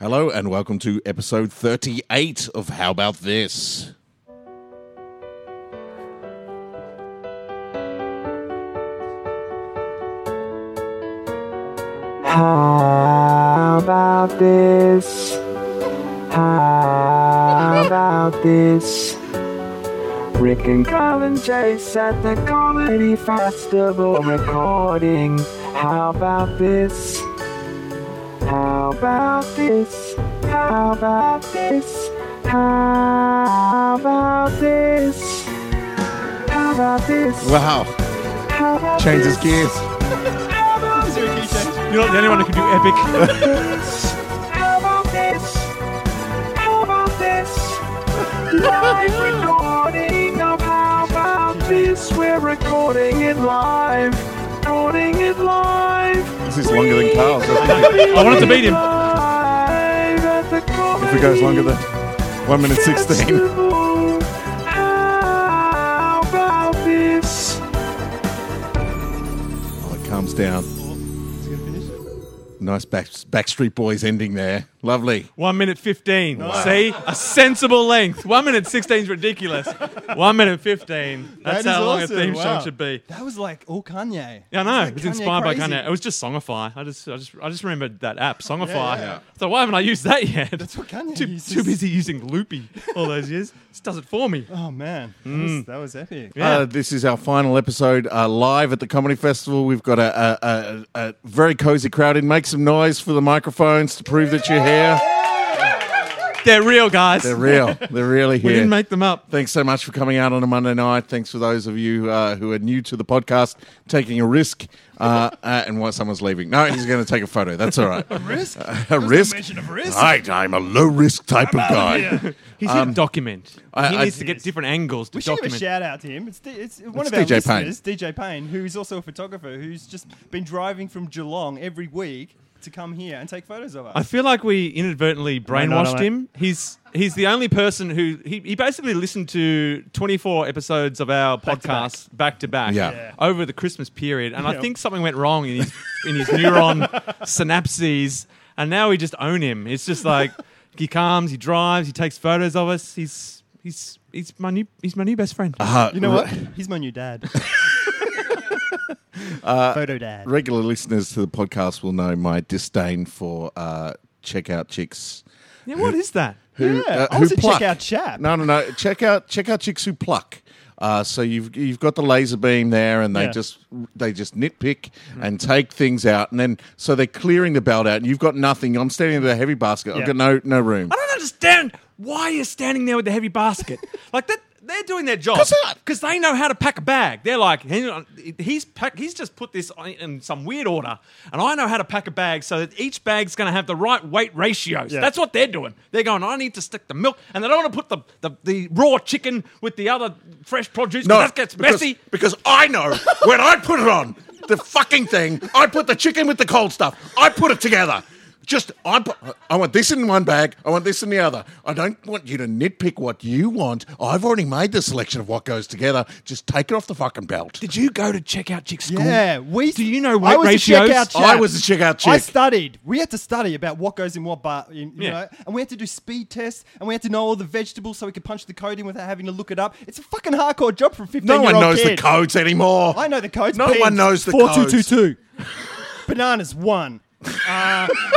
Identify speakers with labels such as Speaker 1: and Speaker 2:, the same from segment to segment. Speaker 1: Hello and welcome to episode 38 of How About This?
Speaker 2: How about this? How about this? Rick and Colin Chase at the Comedy Festival recording. How about this? How about this? How about this? How about this? How about this?
Speaker 1: Wow.
Speaker 2: How about
Speaker 3: Changes
Speaker 2: this?
Speaker 3: gears.
Speaker 2: How about this?
Speaker 3: You're not the only one who can do epic.
Speaker 2: How about this? How about this? Live recording of How About This? We're recording it live. Recording it live.
Speaker 1: This is longer than Carl's.
Speaker 3: I wanted to beat him.
Speaker 2: Live at the comedy.
Speaker 1: If it goes longer than 1 minute 16.
Speaker 2: Festival. How about this?
Speaker 1: Oh, it calms down. Nice back, Backstreet Boys ending there. Lovely.
Speaker 3: One minute 15. See? A sensible length. One minute 16 is ridiculous. One minute 15. That's
Speaker 4: That is
Speaker 3: how long
Speaker 4: awesome.
Speaker 3: a theme
Speaker 4: Wow.
Speaker 3: song should be.
Speaker 4: That was like all Kanye.
Speaker 3: Yeah, I know.
Speaker 4: like
Speaker 3: it was
Speaker 4: Kanye
Speaker 3: inspired by
Speaker 4: crazy.
Speaker 3: Kanye. It was just Songify. I just, I just, I just remembered that app, Songify.
Speaker 4: yeah.
Speaker 3: So why haven't I used that yet?
Speaker 4: That's what Kanye
Speaker 3: too,
Speaker 4: uses.
Speaker 3: too busy using Loopy all those years. Just does it for me.
Speaker 4: Oh man, that, was, that was epic.
Speaker 3: Mm. Yeah.
Speaker 1: Uh, this is our final episode uh, live at the Comedy Festival. We've got a, a, a, a very cozy crowd in. Make some noise for the microphones to prove that you're here.
Speaker 3: They're real, guys.
Speaker 1: They're real. They're really here.
Speaker 3: We didn't make them up.
Speaker 1: Thanks so much for coming out on a Monday night. Thanks for those of you uh, who are new to the podcast, taking a risk. Uh, uh, and while someone's leaving, no, he's going to take a photo. That's all right. a
Speaker 4: Risk?
Speaker 3: Uh,
Speaker 1: a risk.
Speaker 4: mention of risk.
Speaker 1: I, I'm a low risk type of guy.
Speaker 3: He's here to document.
Speaker 1: Um, I-
Speaker 3: he
Speaker 1: I-
Speaker 3: needs to get different angles to
Speaker 4: We should give
Speaker 3: document.
Speaker 4: a shout out to him. It's, D- it's one
Speaker 1: It's
Speaker 4: of our
Speaker 1: DJ Payne.
Speaker 4: listeners, DJ Payne, who is also a photographer who's just been driving from Geelong every week to come here and take photos of us.
Speaker 3: I feel like we inadvertently
Speaker 4: no,
Speaker 3: brainwashed
Speaker 4: no.
Speaker 3: him. He's he's the only person who he, he basically listened to 24 episodes of our
Speaker 4: to back.
Speaker 3: podcast back to back
Speaker 1: Yeah. Yeah.
Speaker 3: over the Christmas period, and I
Speaker 4: Yeah.
Speaker 3: think something went wrong in his in his neuron synapses, and now we just own him. It's just like he comes, he drives, he takes photos of us. He's he's he's my new he's my new best friend.
Speaker 1: Uh,
Speaker 4: you know
Speaker 1: re-
Speaker 4: what? He's my new dad.
Speaker 3: Uh,
Speaker 4: Photo dad.
Speaker 1: Regular listeners to the podcast will know my disdain for uh, checkout chicks.
Speaker 3: yeah, what is that?
Speaker 1: who,
Speaker 4: Yeah,
Speaker 1: uh,
Speaker 4: I
Speaker 1: who
Speaker 4: was a
Speaker 1: pluck.
Speaker 4: checkout chap.
Speaker 1: No, no, no. Check out check out chicks who pluck. Uh, so you've you've got the laser beam there, and they
Speaker 4: Yeah.
Speaker 1: just they just nitpick and take things out, and then so they're clearing the belt out, and you've got nothing. I'm standing with a heavy basket. I've
Speaker 4: Yeah.
Speaker 1: got no no room.
Speaker 3: I don't understand why you're standing there with the heavy basket. like that, they're doing their job
Speaker 1: 'Cause I-
Speaker 3: because they know how to pack a bag. They're like, "Hang on, he's pack, he's just put this on- in some weird order, and I know how to pack a bag so that each bag's going to have the right weight ratios.
Speaker 4: Yeah.
Speaker 3: That's what they're doing. They're going, I need to stick the milk, and they don't want to put the, the, the raw chicken with the other fresh produce. 'cause that gets
Speaker 1: because,
Speaker 3: messy.
Speaker 1: because I know when I put it on the fucking thing, I put the chicken with the cold stuff. I put it together. Just I, put, I want this in one bag. I want this in the other. I don't want you to nitpick what you want. I've already made the selection of what goes together. Just take it off the fucking belt.
Speaker 3: Did you go to checkout chick school?
Speaker 4: Yeah, we.
Speaker 3: Do you know
Speaker 4: I
Speaker 3: weight
Speaker 4: was a
Speaker 3: ratios?
Speaker 4: checkout chap.
Speaker 1: I was a checkout
Speaker 4: I
Speaker 1: chick.
Speaker 4: studied. We had to study about what goes in what bar, in, you
Speaker 3: Yeah.
Speaker 4: know, and we had to do speed tests, and we had to know all the vegetables so we could punch the code in without having to look it up. It's a fucking hardcore job for a fifteen.
Speaker 1: no one knows
Speaker 4: kid.
Speaker 1: the codes anymore.
Speaker 4: I know the codes.
Speaker 1: No one knows the
Speaker 4: four
Speaker 1: codes.
Speaker 4: two two two. Bananas one.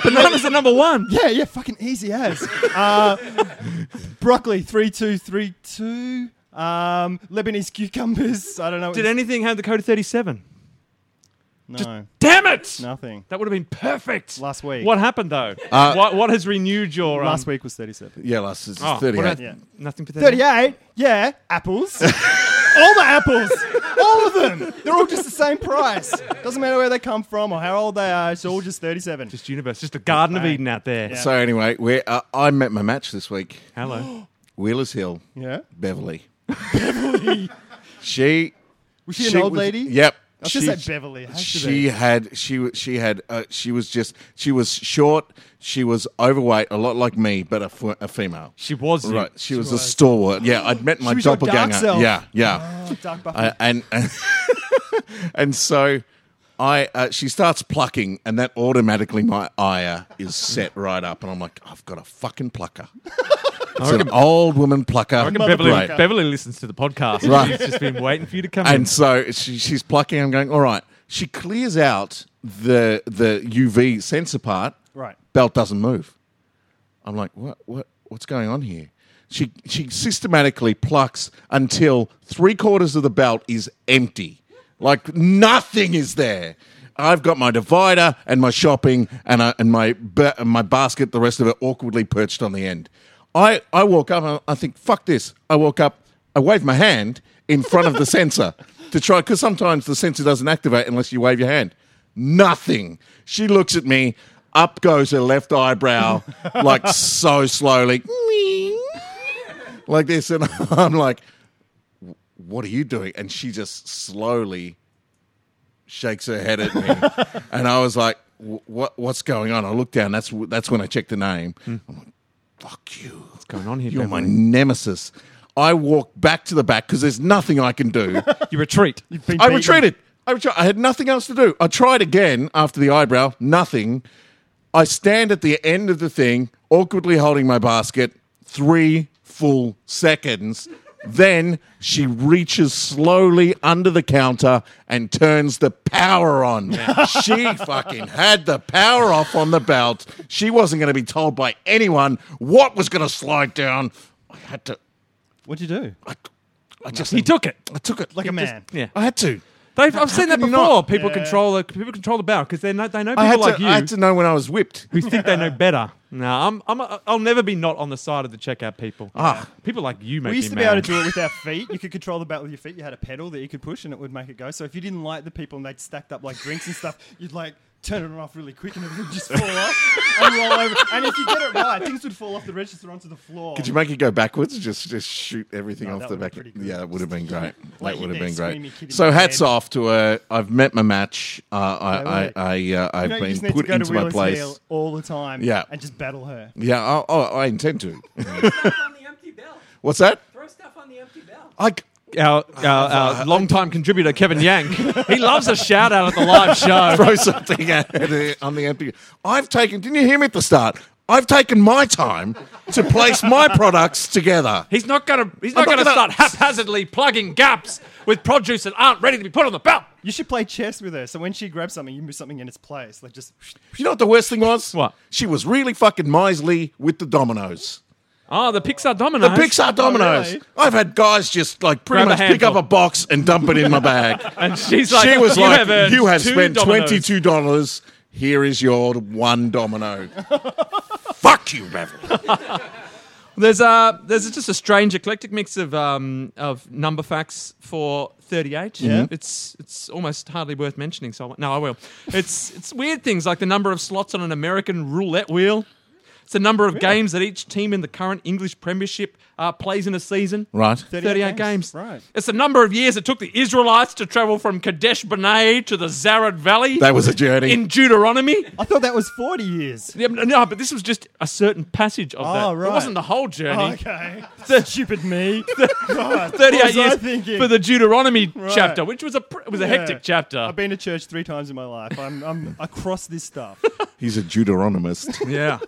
Speaker 3: bananas are number one.
Speaker 4: Yeah, yeah, fucking easy as. Uh, broccoli three two three two. Um, Lebanese cucumbers. I don't know. what
Speaker 3: Did
Speaker 4: it's-
Speaker 3: anything have the code thirty-seven?
Speaker 4: no,
Speaker 3: Damn it!
Speaker 4: nothing.
Speaker 3: That would have been perfect.
Speaker 4: Last week.
Speaker 3: What happened though?
Speaker 1: Uh,
Speaker 3: what, what has renewed your um,
Speaker 4: Last week was thirty-seven.
Speaker 1: Yeah, last is
Speaker 3: Oh, what
Speaker 1: 38.
Speaker 3: about-
Speaker 4: Yeah.
Speaker 3: Nothing for
Speaker 4: 38? Yeah, apples. all the apples. All of them. They're all just the same price. Doesn't matter where they come from or how old they are. It's all just 37.
Speaker 3: Just universe, just the Garden of
Speaker 4: Bang.
Speaker 3: Eden out there.
Speaker 4: Yeah.
Speaker 1: So anyway, we're, uh, I met my match this week.
Speaker 3: Hello.
Speaker 1: Wheelers Hill,
Speaker 4: yeah.
Speaker 1: Beverly. she
Speaker 4: Was she, an old lady?
Speaker 1: Yep.
Speaker 4: I was just say Beverly. It has to
Speaker 1: She
Speaker 4: be.
Speaker 1: had she wa- she had uh, she was just she was short. She was overweight, a lot like me, but a, fe- a female.
Speaker 3: She was you.
Speaker 1: Right, she, was, a stalwart. Yeah, I'd met my
Speaker 4: was your dark Oh,
Speaker 1: doppelganger.
Speaker 4: self.
Speaker 1: Yeah, yeah,
Speaker 4: Dark buff.
Speaker 1: I, and and, and Uh, so I uh, she starts plucking, and that automatically my ire is set right up, and I'm like, I've got a fucking plucker. It's an old woman plucker.
Speaker 3: I reckon Beverly,
Speaker 1: Right.
Speaker 3: Beverly listens to the podcast.
Speaker 1: Right.
Speaker 3: She's just been waiting for you to come in.
Speaker 1: And so she, she's plucking. I'm going, all right. She clears out the the UV sensor part.
Speaker 4: Right.
Speaker 1: Belt doesn't move. I'm like, what what what's going on here? She she systematically plucks until three quarters of the belt is empty. Like nothing is there. I've got my divider and my shopping and, I, and my ba- and my basket, the rest of it awkwardly perched on the end. I, I walk up and I think, fuck this. I walk up, I wave my hand in front of the sensor to try, because sometimes the sensor doesn't activate unless you wave your hand. Nothing. She looks at me, up goes her left eyebrow, like so slowly, like this. And I'm like, what are you doing? And she just slowly shakes her head at me. and I was like, "Wh- what, what's going on? I look down. That's, w- that's when I check the name. I'm like, fuck you. What's
Speaker 3: going on here,
Speaker 1: You're my
Speaker 3: Beverly?
Speaker 1: nemesis. I walk back to the back because there's nothing I can do.
Speaker 3: You retreat. Oh,
Speaker 4: Been
Speaker 1: I
Speaker 4: beaten.
Speaker 1: retreated. I retreated. I had nothing else to do. I tried again after the eyebrow. Nothing. I stand at the end of the thing, awkwardly holding my basket. Three full seconds. Then she reaches slowly under the counter and turns the power on. She fucking had the power off on the belt. She wasn't going to be told by anyone what was going to slide down. I had to.
Speaker 4: What'd you do?
Speaker 1: I, I just.
Speaker 3: He took it.
Speaker 1: I took it
Speaker 4: Like a man.
Speaker 3: Yeah.
Speaker 1: I had to.
Speaker 3: They've, I've seen that
Speaker 1: can you
Speaker 3: before.
Speaker 1: not?
Speaker 3: People
Speaker 4: Yeah.
Speaker 3: control the people control the bow because they know they know people
Speaker 1: I had,
Speaker 3: like
Speaker 1: to,
Speaker 3: you
Speaker 1: I had to know when I was whipped.
Speaker 3: who think they know better. No, I'm, I'm I'll never be not on the side of the checkout people.
Speaker 1: Ah.
Speaker 3: people like you make
Speaker 4: We used
Speaker 3: me
Speaker 4: to be
Speaker 3: mad.
Speaker 4: able to do it with our feet. You could control the bat with your feet. You had a pedal that you could push and it would make it go. So if you didn't like the people and they'd stacked up like drinks and stuff, you'd like turn it off really quick and it would just fall off and roll over. And if you get it right, things would fall off the register onto the floor.
Speaker 1: Could you make it go backwards? Just just shoot everything off
Speaker 4: that
Speaker 1: the
Speaker 4: would've
Speaker 1: back.
Speaker 4: been pretty good.
Speaker 1: Yeah, that would have been great.
Speaker 4: Like
Speaker 1: that would have
Speaker 4: you're
Speaker 1: been
Speaker 4: there screaming,
Speaker 1: great.
Speaker 4: kicking
Speaker 1: So
Speaker 4: your
Speaker 1: hats
Speaker 4: head.
Speaker 1: off to her. I've met my match. Uh,
Speaker 4: No
Speaker 1: I,
Speaker 4: way.
Speaker 1: I, I, uh, I've
Speaker 4: You know, you just
Speaker 1: been
Speaker 4: need
Speaker 1: put
Speaker 4: to go
Speaker 1: into
Speaker 4: to
Speaker 1: my
Speaker 4: Wheeler's
Speaker 1: place.
Speaker 4: Heel all the time
Speaker 1: Yeah.
Speaker 4: and just battle her.
Speaker 1: Yeah, I, oh, I intend to.
Speaker 5: stuff on the empty bell.
Speaker 1: What's that?
Speaker 5: Throw stuff on the empty bell.
Speaker 1: I, c-
Speaker 3: our, our, our longtime contributor Kevin Yank. he loves a shout out at the live show.
Speaker 1: throw something at it on the empty. I've taken. Didn't you hear me at the start? I've taken my time to place my products together.
Speaker 3: He's not gonna he's not
Speaker 1: I'm
Speaker 3: gonna
Speaker 1: not
Speaker 3: start
Speaker 1: gonna-
Speaker 3: haphazardly plugging gaps with produce that aren't ready to be put on the belt.
Speaker 4: You should play chess with her. So when she grabs something, you move something in its place. Like just
Speaker 1: You know what the worst thing was?
Speaker 3: What?
Speaker 1: She was really fucking miserly with the dominoes.
Speaker 3: Oh, the Pixar Domino.
Speaker 1: The Pixar dominoes.
Speaker 4: really?
Speaker 1: I've had guys just like pretty
Speaker 3: Oh, Grab a
Speaker 1: much pick up
Speaker 3: handful.
Speaker 1: a box and dump it in my bag.
Speaker 3: And she's like,
Speaker 1: she was
Speaker 3: you
Speaker 1: like,
Speaker 3: have earned
Speaker 1: "You have
Speaker 3: two
Speaker 1: spent
Speaker 3: dominoes."
Speaker 1: twenty two dollars. Here is your one domino." Fuck you, Beverly.
Speaker 3: There's a there's just a strange eclectic mix of um, of number facts for 38.
Speaker 4: Yeah.
Speaker 3: It's it's almost hardly worth mentioning. So I won't- no, I will. It's it's weird things like the number of slots on an American roulette wheel. It's the number of games that each team in the current English Premiership uh, plays in a season.
Speaker 1: Right.
Speaker 3: 38 games.
Speaker 4: Right.
Speaker 3: It's the number of years it took the Israelites to travel from Kadesh Barnea to the Zared Valley
Speaker 1: That was a journey.
Speaker 3: in Deuteronomy.
Speaker 4: I thought that was 40 years.
Speaker 3: Yeah, no, but this was just a certain passage of that.
Speaker 4: Oh,
Speaker 3: It
Speaker 4: right.
Speaker 3: wasn't the whole journey.
Speaker 4: Okay. Stupid me. God, what
Speaker 3: 38
Speaker 4: was I
Speaker 3: years
Speaker 4: thinking?
Speaker 3: for the Deuteronomy chapter, which was a pr- it was a hectic
Speaker 4: Yeah.
Speaker 3: chapter.
Speaker 4: I've been to church three times in my life. I'm, I'm across this stuff.
Speaker 1: He's a Deuteronomist.
Speaker 3: yeah.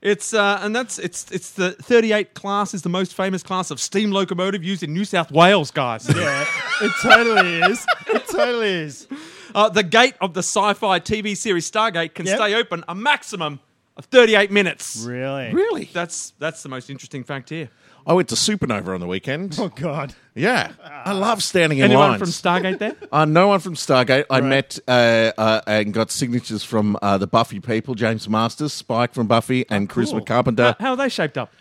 Speaker 3: It's uh, and that's it's it's the 38 class is the most famous class of steam locomotive used in New South Wales, guys.
Speaker 4: Yeah, it totally is. It totally is.
Speaker 3: Uh, the gate of the sci-fi TV series Stargate can
Speaker 4: Yep.
Speaker 3: stay open a maximum of 38 minutes.
Speaker 4: Really?
Speaker 1: really?
Speaker 3: That's that's the most interesting fact here.
Speaker 1: I went to Supernova on the weekend.
Speaker 4: Oh God!
Speaker 1: Yeah, I love standing in
Speaker 3: Anyone
Speaker 1: lines.
Speaker 3: from Stargate there?
Speaker 1: Uh, no one from Stargate. I met uh, uh, and got signatures from uh, the Buffy people: James Masters, Spike from Buffy, and Charisma Carpenter.
Speaker 3: How are they shaped up?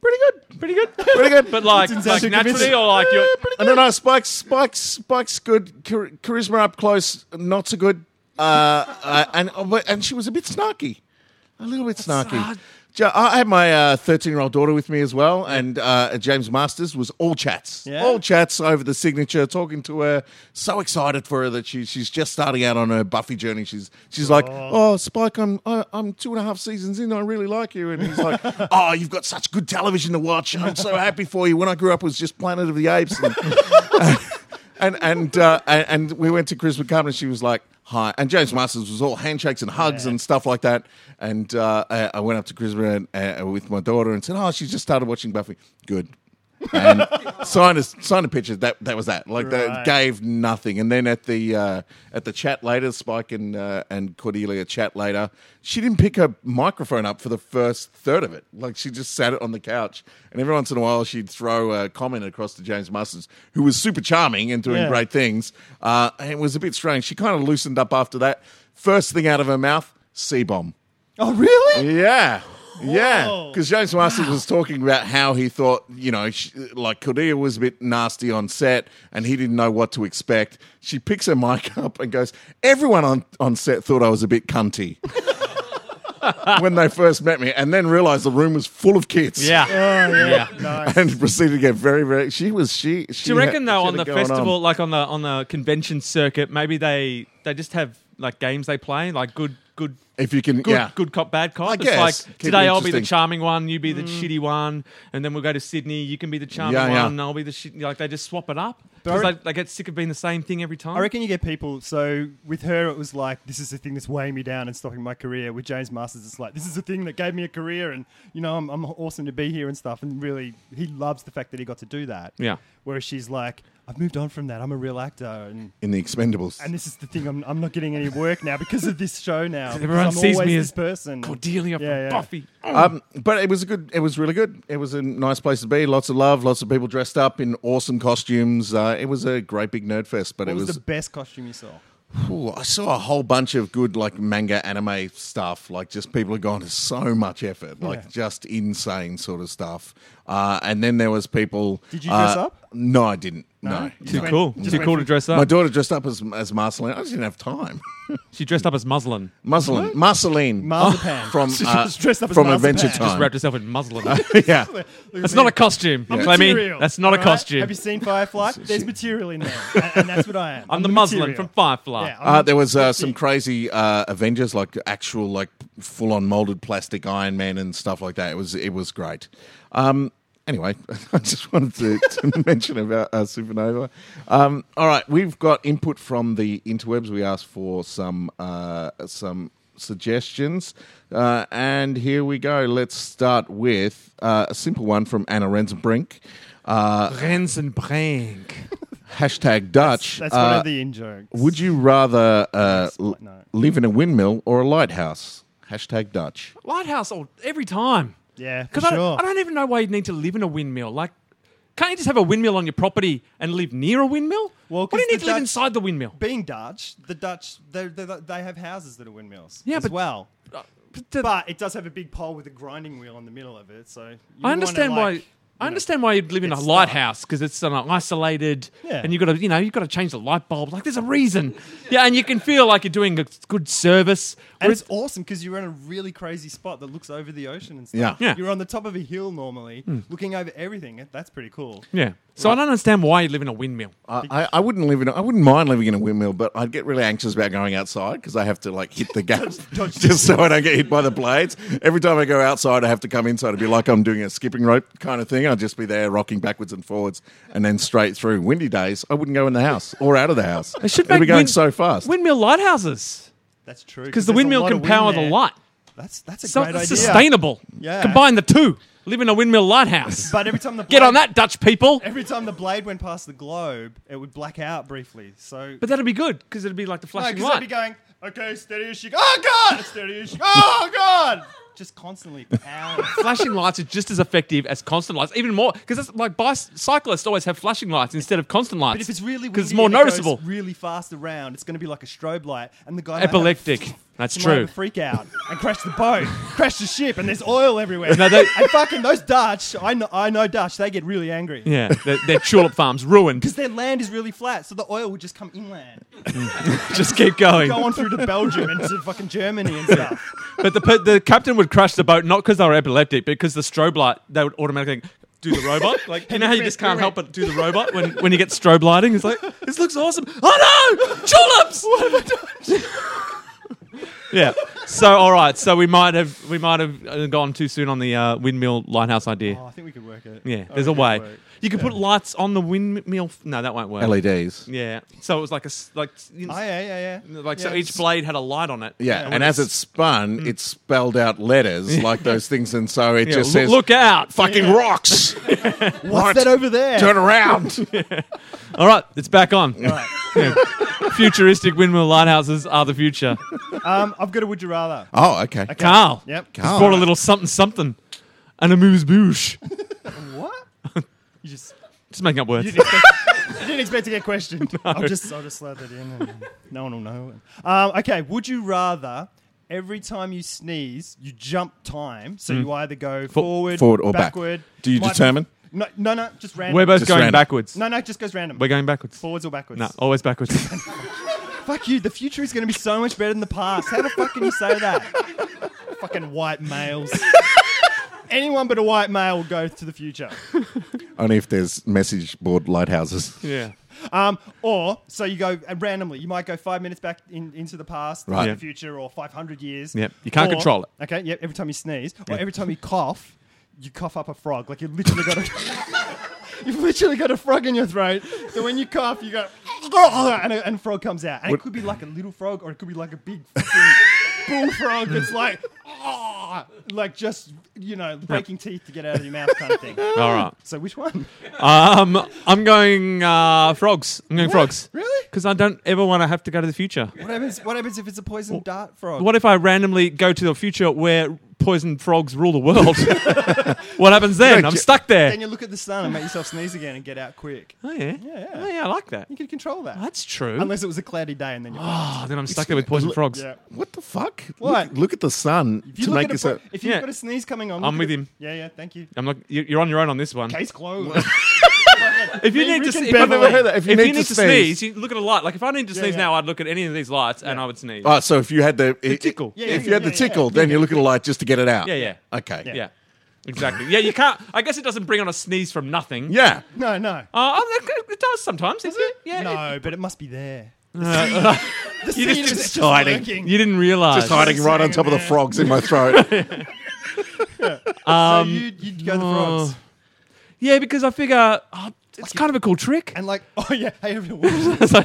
Speaker 1: pretty good, pretty good, pretty good.
Speaker 3: But like,
Speaker 4: It's
Speaker 3: like
Speaker 4: insane.
Speaker 3: naturally or like you're
Speaker 1: I don't know. Spike's Spike's Spike's good. Char- charisma up close, not so good. Uh, uh, and uh, but- and she was a bit snarky, a little bit snarky.
Speaker 3: hard.
Speaker 1: Ja- I had my uh, thirteen-year-old daughter with me as well, and uh, James Masters was all chats,
Speaker 4: Yeah.
Speaker 1: all chats over the signature, talking to her. So excited for her that she she's just starting out on her Buffy journey. She's she's like, oh Spike, I'm I, I'm two and a half seasons in. I really like you, and he's like, oh, you've got such good television to watch. I'm so happy for you. When I grew up, it was just Planet of the Apes. And, and and uh, and, and we went to Chris McCartney and she was like, hi, and James Masters was all handshakes and hugs and stuff like that. And uh, I, I went up to Christopher and, uh, with my daughter and said, "Oh, she's just started watching Buffy. Good." and signed a, signed a picture. That that was that. Like that
Speaker 4: Right.
Speaker 1: gave nothing. And then at the uh, at the chat later, Spike and uh, and Cordelia chat later. She didn't pick her microphone up for the first third of it. Like she just sat it on the couch. And every once in a while, she'd throw a comment across to James Masters, who was super charming and doing
Speaker 4: Yeah.
Speaker 1: great things. Uh, and it was a bit strange. She kind of loosened up after that. First thing out of her mouth, C bomb.
Speaker 4: Oh, really?
Speaker 1: Yeah. Yeah,
Speaker 4: Whoa.
Speaker 1: because James Masters was talking about how he thought, you know, she, like Cordelia was a bit nasty on set and he didn't know what to expect. She picks her mic up and goes, Everyone on, on set thought I was a bit cunty when they first met me, and then realized the room was full of kids.
Speaker 3: Yeah. yeah.
Speaker 1: And proceeded to get very, very. She was, she, she.
Speaker 3: Do you reckon
Speaker 1: had-
Speaker 3: though
Speaker 1: she
Speaker 3: on
Speaker 1: had
Speaker 3: the
Speaker 1: it going
Speaker 3: festival, like on the on the convention circuit, maybe they they just have like games they play, like good good
Speaker 1: If you can,
Speaker 3: good
Speaker 1: yeah.
Speaker 3: good cop bad cop.
Speaker 1: I
Speaker 3: it's
Speaker 1: guess.
Speaker 3: like
Speaker 1: Keep
Speaker 3: today
Speaker 1: it
Speaker 3: I'll be the
Speaker 1: interesting. Mm.
Speaker 3: charming one, you be the shitty one, and then we'll go to Sydney. You can be the charming
Speaker 1: Yeah, yeah.
Speaker 2: yeah.
Speaker 3: one, and I'll be the shitty. Like they just swap it up
Speaker 4: But
Speaker 3: because
Speaker 4: I-
Speaker 3: they, they get sick of being the same thing every time.
Speaker 4: I reckon you get people. So with her, it was like this is the thing that's weighing me down and stopping my career. With James Masters, it's like this is the thing that gave me a career, and you know I'm, I'm awesome to be here and stuff. And really, he loves the fact that he got to do that.
Speaker 3: Yeah.
Speaker 4: Whereas she's like, I've moved on from that. I'm a real actor, and
Speaker 1: In the Expendables.
Speaker 4: and this is the thing. I'm, I'm not getting any work now because of this show now. because
Speaker 3: Everyone
Speaker 4: I'm
Speaker 3: sees
Speaker 4: always
Speaker 3: me
Speaker 4: this
Speaker 3: as
Speaker 4: person.
Speaker 3: Cordelia
Speaker 4: Yeah,
Speaker 3: from
Speaker 4: yeah.
Speaker 3: Buffy.
Speaker 1: Um, but it was a good. It was really good. It was a nice place to be. Lots of love. Lots of people dressed up in awesome costumes. Uh, it was a great big nerd fest. But
Speaker 4: What
Speaker 1: it
Speaker 4: was,
Speaker 1: was.
Speaker 4: the best costume you saw?
Speaker 1: Ooh, I saw a whole bunch of good like manga anime stuff. Like just people had gone to so much effort. Like
Speaker 4: Yeah.
Speaker 1: just insane sort of stuff. Uh, and then there was people.
Speaker 4: Did you dress
Speaker 1: uh,
Speaker 4: up?
Speaker 1: No, I didn't. No.
Speaker 3: Too
Speaker 4: went-
Speaker 3: cool.
Speaker 4: just
Speaker 3: Too
Speaker 4: went
Speaker 3: cool to
Speaker 4: from-
Speaker 3: dress up.
Speaker 1: My daughter dressed up as as Marceline. I just didn't have time.
Speaker 3: she dressed up as muslin.
Speaker 1: Marceline. Marceline.
Speaker 4: Marzipan.
Speaker 1: from
Speaker 4: She
Speaker 1: uh,
Speaker 4: was dressed up as
Speaker 1: from
Speaker 4: Marzipan.
Speaker 1: Adventure
Speaker 4: Just
Speaker 1: Time.
Speaker 3: Wrapped herself in muslin.
Speaker 1: yeah.
Speaker 4: Look
Speaker 3: that's
Speaker 4: at
Speaker 3: not
Speaker 4: me.
Speaker 3: a costume.
Speaker 4: I'm
Speaker 3: I mean,
Speaker 4: material,
Speaker 3: that's not
Speaker 4: all
Speaker 3: a
Speaker 4: right?
Speaker 3: costume.
Speaker 4: Have you seen Firefly? There's material in there, and, and that's what I am.
Speaker 3: I'm the muslin
Speaker 4: material.
Speaker 3: from Firefly.
Speaker 4: Yeah, I'm
Speaker 1: Uh,
Speaker 4: the-
Speaker 1: there was uh,
Speaker 4: that's
Speaker 1: some
Speaker 4: it.
Speaker 1: crazy uh, Avengers, like actual, like full-on molded plastic Iron Man and stuff like that. It was it was great. Um, anyway, I just wanted to, to mention about uh, Supernova. Um, all right, we've got input from the interwebs. We asked for some uh, some suggestions, uh, and here we go. Let's start with uh, a simple one from Anna Rensbrink. Uh,
Speaker 3: Rensenbrink.
Speaker 1: hashtag Dutch.
Speaker 4: That's
Speaker 1: Uh,
Speaker 4: one of the in jokes.
Speaker 1: would you rather uh,
Speaker 4: Yes,
Speaker 1: l-
Speaker 4: no.
Speaker 1: live in a windmill or a lighthouse? Hashtag Dutch.
Speaker 3: Lighthouse all, every time.
Speaker 4: Yeah, for
Speaker 3: Because I,
Speaker 4: sure.
Speaker 3: don't- I don't even know why you'd need to live in a windmill. Like, can't you just have a windmill on your property and live near a windmill?
Speaker 4: Well,
Speaker 3: why do
Speaker 4: 'cause
Speaker 3: you need
Speaker 4: the
Speaker 3: to live
Speaker 4: Dutch-
Speaker 3: inside the windmill?
Speaker 4: Being Dutch, the Dutch they they, they have houses that are windmills.
Speaker 3: Yeah,
Speaker 4: as
Speaker 3: but-
Speaker 4: well.
Speaker 3: But the-
Speaker 4: But it does have a big pole with a grinding wheel in the middle of it, so you
Speaker 3: I understand
Speaker 4: wanna,
Speaker 3: why.
Speaker 4: like,
Speaker 3: I understand why you'd live in a
Speaker 4: get stuck.
Speaker 3: lighthouse because it's an isolated,
Speaker 4: Yeah.
Speaker 3: and you got to, you know, you got to change the light bulb. Like, there's a reason, yeah, and you can feel like you're doing a good service.
Speaker 4: And
Speaker 3: Whereas-
Speaker 4: it's awesome because you're in a really crazy spot that looks over the ocean and stuff.
Speaker 1: Yeah.
Speaker 3: Yeah. Hmm.
Speaker 4: You're on the top of a hill normally, looking over everything. That's pretty cool.
Speaker 3: yeah, so I don't understand why you live in a windmill.
Speaker 1: I, I, I wouldn't live in. A, I wouldn't mind living in a windmill, but I'd get really anxious about going outside because I have to like hit the gap just so I don't get hit by the blades. Every time I go outside, I have to come inside. It'd be like I'm doing a skipping rope kind of thing. I'd just be there rocking backwards and forwards, and then straight through. Windy days, I wouldn't go in the house or out of the house.
Speaker 3: They should
Speaker 1: It'd
Speaker 3: make
Speaker 1: be going
Speaker 3: wind-
Speaker 1: so fast.
Speaker 3: windmill lighthouses
Speaker 4: That's true.
Speaker 3: because the
Speaker 4: there's a
Speaker 3: windmill
Speaker 4: lot
Speaker 3: can
Speaker 4: of wind
Speaker 3: power the
Speaker 4: there.
Speaker 3: light.
Speaker 4: That's that's a
Speaker 3: So
Speaker 4: great idea.
Speaker 3: it's sustainable.
Speaker 4: Yeah.
Speaker 3: Combine the two. Live in a windmill lighthouse.
Speaker 4: But every time the
Speaker 3: Get
Speaker 4: blade-
Speaker 3: on that, Dutch people.
Speaker 4: Every time the blade went past the globe, it would black out briefly. So
Speaker 3: But that'd be good because it'd be like the
Speaker 4: No,
Speaker 3: flashing
Speaker 4: because I'd
Speaker 3: light.
Speaker 4: be going, okay, steady as she goes. Oh, God! Steady as she Oh, God! Just constantly pound.
Speaker 3: flashing lights are just as effective as constant lights, even more because that's like bicy- cyclists always have flashing lights instead of constant lights.
Speaker 4: But if it's really
Speaker 3: because it's
Speaker 4: windy
Speaker 3: more
Speaker 4: and it goes
Speaker 3: noticeable.
Speaker 4: really fast around, it's going to be like a strobe light, and the guy
Speaker 3: Epileptic. That's
Speaker 4: might have
Speaker 3: true.
Speaker 4: a freak out and crash the boat, crash the ship, and there's oil everywhere.
Speaker 3: No, they-
Speaker 4: and fucking those Dutch, I know, I know Dutch, they get really angry.
Speaker 3: Yeah, their, their tulip farms ruined.
Speaker 4: Because their land is really flat, so the oil would just come inland,
Speaker 3: Just keep going.
Speaker 4: go on through to Belgium and to fucking Germany and stuff.
Speaker 3: But the pe- the captain would crash the boat not because they were epileptic, but because the strobe light they would automatically do the robot. Like you know how you just can't help but do the robot when, when you get strobe lighting. It's like this looks awesome. Oh no, tulips! Yeah. So all right. So we might have we might have uh, gone too soon on the uh, windmill lighthouse idea.
Speaker 4: Oh, I think we could work it.
Speaker 3: yeah.
Speaker 4: I
Speaker 3: There's a
Speaker 4: reckon
Speaker 3: way.
Speaker 4: it'd work.
Speaker 3: You could put lights on the windmill. F- no, that won't work.
Speaker 1: E LEDs.
Speaker 3: Yeah. So it was like a s- like you know,
Speaker 4: Oh, yeah, yeah, yeah.
Speaker 3: like so
Speaker 4: Yeah.
Speaker 3: each blade had a light on it.
Speaker 1: Yeah, Mm.
Speaker 3: when
Speaker 1: and as it spun, it spelled out letters like those things, and so it
Speaker 3: yeah,
Speaker 1: just
Speaker 3: loo-
Speaker 1: says,
Speaker 3: look out.
Speaker 1: fucking rocks!
Speaker 4: What's that over there?
Speaker 1: Turn around!
Speaker 3: All right, it's back on.
Speaker 4: Right.
Speaker 3: Yeah. Futuristic windmill lighthouses are the future.
Speaker 4: Um, I've got a would you rather.
Speaker 1: Oh, okay.
Speaker 3: Carl.
Speaker 4: Yep.
Speaker 3: Just
Speaker 1: Carl.
Speaker 3: brought a little something something. And a moose boosh.
Speaker 4: What? You just
Speaker 3: Just making up words.
Speaker 4: you didn't, expect, you didn't expect to get questioned. I'll just I'll just slide that in. And no one will know. Um, okay. Would you rather every time you sneeze you jump time? So you either go forward,
Speaker 1: forward or back.
Speaker 4: backward.
Speaker 1: Do you
Speaker 4: Might be-
Speaker 1: determine?
Speaker 4: No, no, no. Just random.
Speaker 3: We're both
Speaker 1: Just
Speaker 3: going
Speaker 1: random.
Speaker 3: backwards.
Speaker 4: No, no. Just goes random.
Speaker 3: We're going backwards.
Speaker 4: Forwards or backwards?
Speaker 3: No, always backwards.
Speaker 4: Fuck you. The future is going to be so much better than the past. How the fuck can you say that? Fucking white males. Anyone but a white male will go to the future.
Speaker 1: Only if there's message board lighthouses.
Speaker 3: yeah.
Speaker 4: Um, or so you go uh, randomly. You might go five minutes back in, into the past,
Speaker 1: Right.
Speaker 4: into
Speaker 1: Yep.
Speaker 4: the future, or five hundred years.
Speaker 3: Yep. You can't
Speaker 4: Or-
Speaker 3: control it.
Speaker 4: Okay. Yep. Every time you sneeze, or every time you cough, you cough up a frog. Like you literally got a. You've literally got a frog in your throat, so when you cough, you go, and a, and a frog comes out. And it could be like a little frog, or it could be like a big fucking bullfrog that's like, like just, you know, breaking teeth to get out of your mouth kind of thing.
Speaker 3: All right.
Speaker 4: So which one?
Speaker 3: Um, I'm going uh, frogs. I'm going frogs.
Speaker 4: Really?
Speaker 3: Because I don't ever want to have to go to the future.
Speaker 4: What happens, what happens if it's a poison dart frog?
Speaker 3: What if I randomly go to the future where poisoned frogs rule the world? what happens then? I'm stuck there.
Speaker 4: Then you look at the sun and make yourself sneeze again and get out quick.
Speaker 3: Oh, yeah.
Speaker 4: Yeah, yeah.
Speaker 3: Oh, yeah, I like that.
Speaker 4: You can control that.
Speaker 3: That's true.
Speaker 4: Unless it was a cloudy day and then you're
Speaker 3: oh, then I'm stuck there with poisoned frogs.
Speaker 4: Yeah.
Speaker 1: What the fuck?
Speaker 4: What?
Speaker 1: Look, look at the sun
Speaker 4: If, you
Speaker 1: to
Speaker 4: look
Speaker 1: make
Speaker 4: at a
Speaker 1: us.
Speaker 4: pro-
Speaker 1: a-
Speaker 4: if you've
Speaker 3: Yeah.
Speaker 4: got a sneeze coming on,
Speaker 3: I'm
Speaker 4: look
Speaker 3: with
Speaker 4: at it-
Speaker 3: him.
Speaker 4: Yeah, yeah, thank you.
Speaker 3: I'm like, you- you're on your own on this one.
Speaker 4: Case closed.
Speaker 3: If you need to,
Speaker 4: Richard
Speaker 3: sneeze,
Speaker 1: I've never heard that.
Speaker 3: If you need, to, sneeze, you look at a light. Like if I need to sneeze
Speaker 4: yeah.
Speaker 3: now, I'd look at any of these lights and I would sneeze.
Speaker 1: Oh, so if you had the, i-
Speaker 3: tickle.
Speaker 1: i-
Speaker 4: Yeah,
Speaker 1: if
Speaker 4: yeah,
Speaker 1: you had
Speaker 4: yeah,
Speaker 1: the
Speaker 4: yeah,
Speaker 1: tickle, then you look at a light just to get it out.
Speaker 3: Yeah, yeah.
Speaker 1: Okay.
Speaker 3: yeah, exactly. Yeah, you can't. I guess it doesn't bring on a sneeze from nothing.
Speaker 1: Yeah.
Speaker 4: no, no.
Speaker 3: Uh, oh, that- it does sometimes, does it? Yeah.
Speaker 4: no, but it must be there. The
Speaker 3: You
Speaker 4: seed
Speaker 3: Uh, just-
Speaker 4: is
Speaker 3: just
Speaker 4: just
Speaker 1: hiding.
Speaker 4: lurking.
Speaker 3: You didn't realize.
Speaker 1: Just hiding right on top of the
Speaker 4: man.
Speaker 1: frogs in my throat.
Speaker 4: so you'd, you'd go the
Speaker 3: um,
Speaker 4: frogs.
Speaker 3: Yeah, because I figure oh, it's kind of a cool trick.
Speaker 4: And like, oh yeah, hey, everyone.
Speaker 3: So-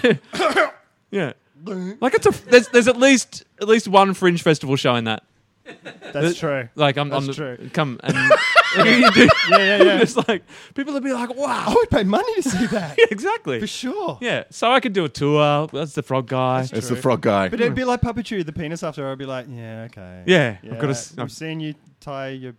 Speaker 3: yeah. Like it's a there's, there's at least at least one fringe festival showing that.
Speaker 4: That's true.
Speaker 3: Like I'm,
Speaker 4: That's
Speaker 3: I'm the,
Speaker 4: true.
Speaker 3: come and you do,
Speaker 4: Yeah, yeah, Oh, yeah.
Speaker 3: it's like people will be like,
Speaker 4: I
Speaker 3: wow,
Speaker 4: would pay money to see that.
Speaker 3: exactly.
Speaker 4: For sure.
Speaker 3: Yeah, so I could do a tour. That's the frog guy.
Speaker 1: It's the frog guy.
Speaker 4: But it'd be like puppetry, the penis after. I'd be like, yeah, okay.
Speaker 3: Yeah, I've got to. s-
Speaker 4: I've seen you tie your.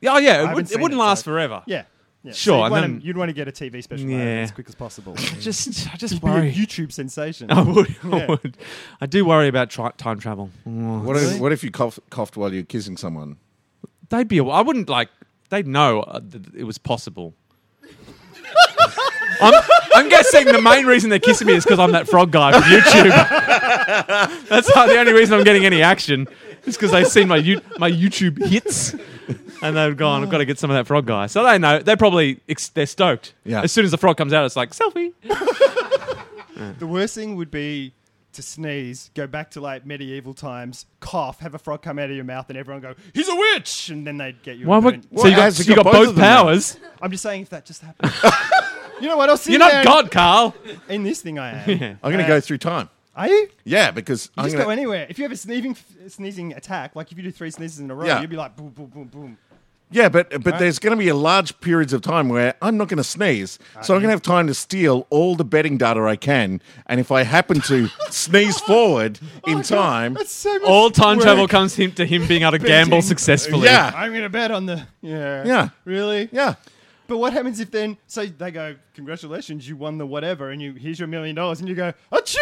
Speaker 3: Yeah, oh yeah,
Speaker 4: haven't
Speaker 3: it, would, it
Speaker 4: seen
Speaker 3: wouldn't
Speaker 4: it,
Speaker 3: last
Speaker 4: so-
Speaker 3: forever.
Speaker 4: Yeah. yeah.
Speaker 3: Sure,
Speaker 4: So you'd,
Speaker 3: and
Speaker 4: want
Speaker 3: then-
Speaker 4: to, you'd want to get a TV special out of
Speaker 3: Yeah.
Speaker 4: it as quick as possible.
Speaker 3: I just, I just
Speaker 4: Be a
Speaker 3: worry.
Speaker 4: YouTube sensation.
Speaker 3: I would, I
Speaker 4: Yeah.
Speaker 3: would. I do worry about tri- time travel. Mm.
Speaker 1: What if, what if you cough, coughed while you're kissing someone?
Speaker 3: They'd be. aw- I wouldn't like. They'd know uh, that it was possible. I'm, I'm guessing the main reason they're kissing me is because I'm that frog guy from YouTube. That's not the only reason I'm getting any action. It's because they've seen my you, my YouTube hits, and they've gone. I've got to get some of that frog guy. So they know. They probably ex- they're stoked.
Speaker 1: Yeah.
Speaker 3: As soon as the frog comes out, it's like selfie.
Speaker 4: The worst thing would be to sneeze, go back to like medieval times, cough, have a frog come out of your mouth, and everyone go, "He's a witch," and then they'd get you.
Speaker 3: Why
Speaker 4: and
Speaker 3: would,
Speaker 4: burn-
Speaker 3: so you got,
Speaker 1: has
Speaker 3: so
Speaker 1: it
Speaker 3: you got
Speaker 1: got both
Speaker 3: both
Speaker 1: of them now?
Speaker 3: powers.
Speaker 4: I'm just saying if that just happened. you know what? I'll see
Speaker 3: You're not God, Carl.
Speaker 4: in this thing. I am.
Speaker 1: I'm going to
Speaker 4: Uh,
Speaker 1: go through time.
Speaker 4: Are you?
Speaker 1: Yeah, because
Speaker 4: You
Speaker 1: I'm
Speaker 4: just
Speaker 1: gonna,
Speaker 4: go anywhere. If you have a sneezing sneezing attack, like if you do three sneezes in a row,
Speaker 1: Yeah.
Speaker 4: you'd be like boom, boom, boom, boom.
Speaker 1: yeah, but but there's going to be a large periods of time where I'm not going to sneeze, so I'm going to have time to steal all the betting data I can, and if I happen to sneeze forward in time,
Speaker 4: Oh That's so much
Speaker 3: All time
Speaker 4: work.
Speaker 3: travel comes him to him being able to gamble successfully.
Speaker 1: yeah,
Speaker 4: I'm gonna bet on the yeah
Speaker 1: Yeah.
Speaker 4: really
Speaker 1: yeah,
Speaker 4: But what happens if then? So they go, "Congratulations, you won the whatever," and you here's your million dollars, and you go, "Achoo!"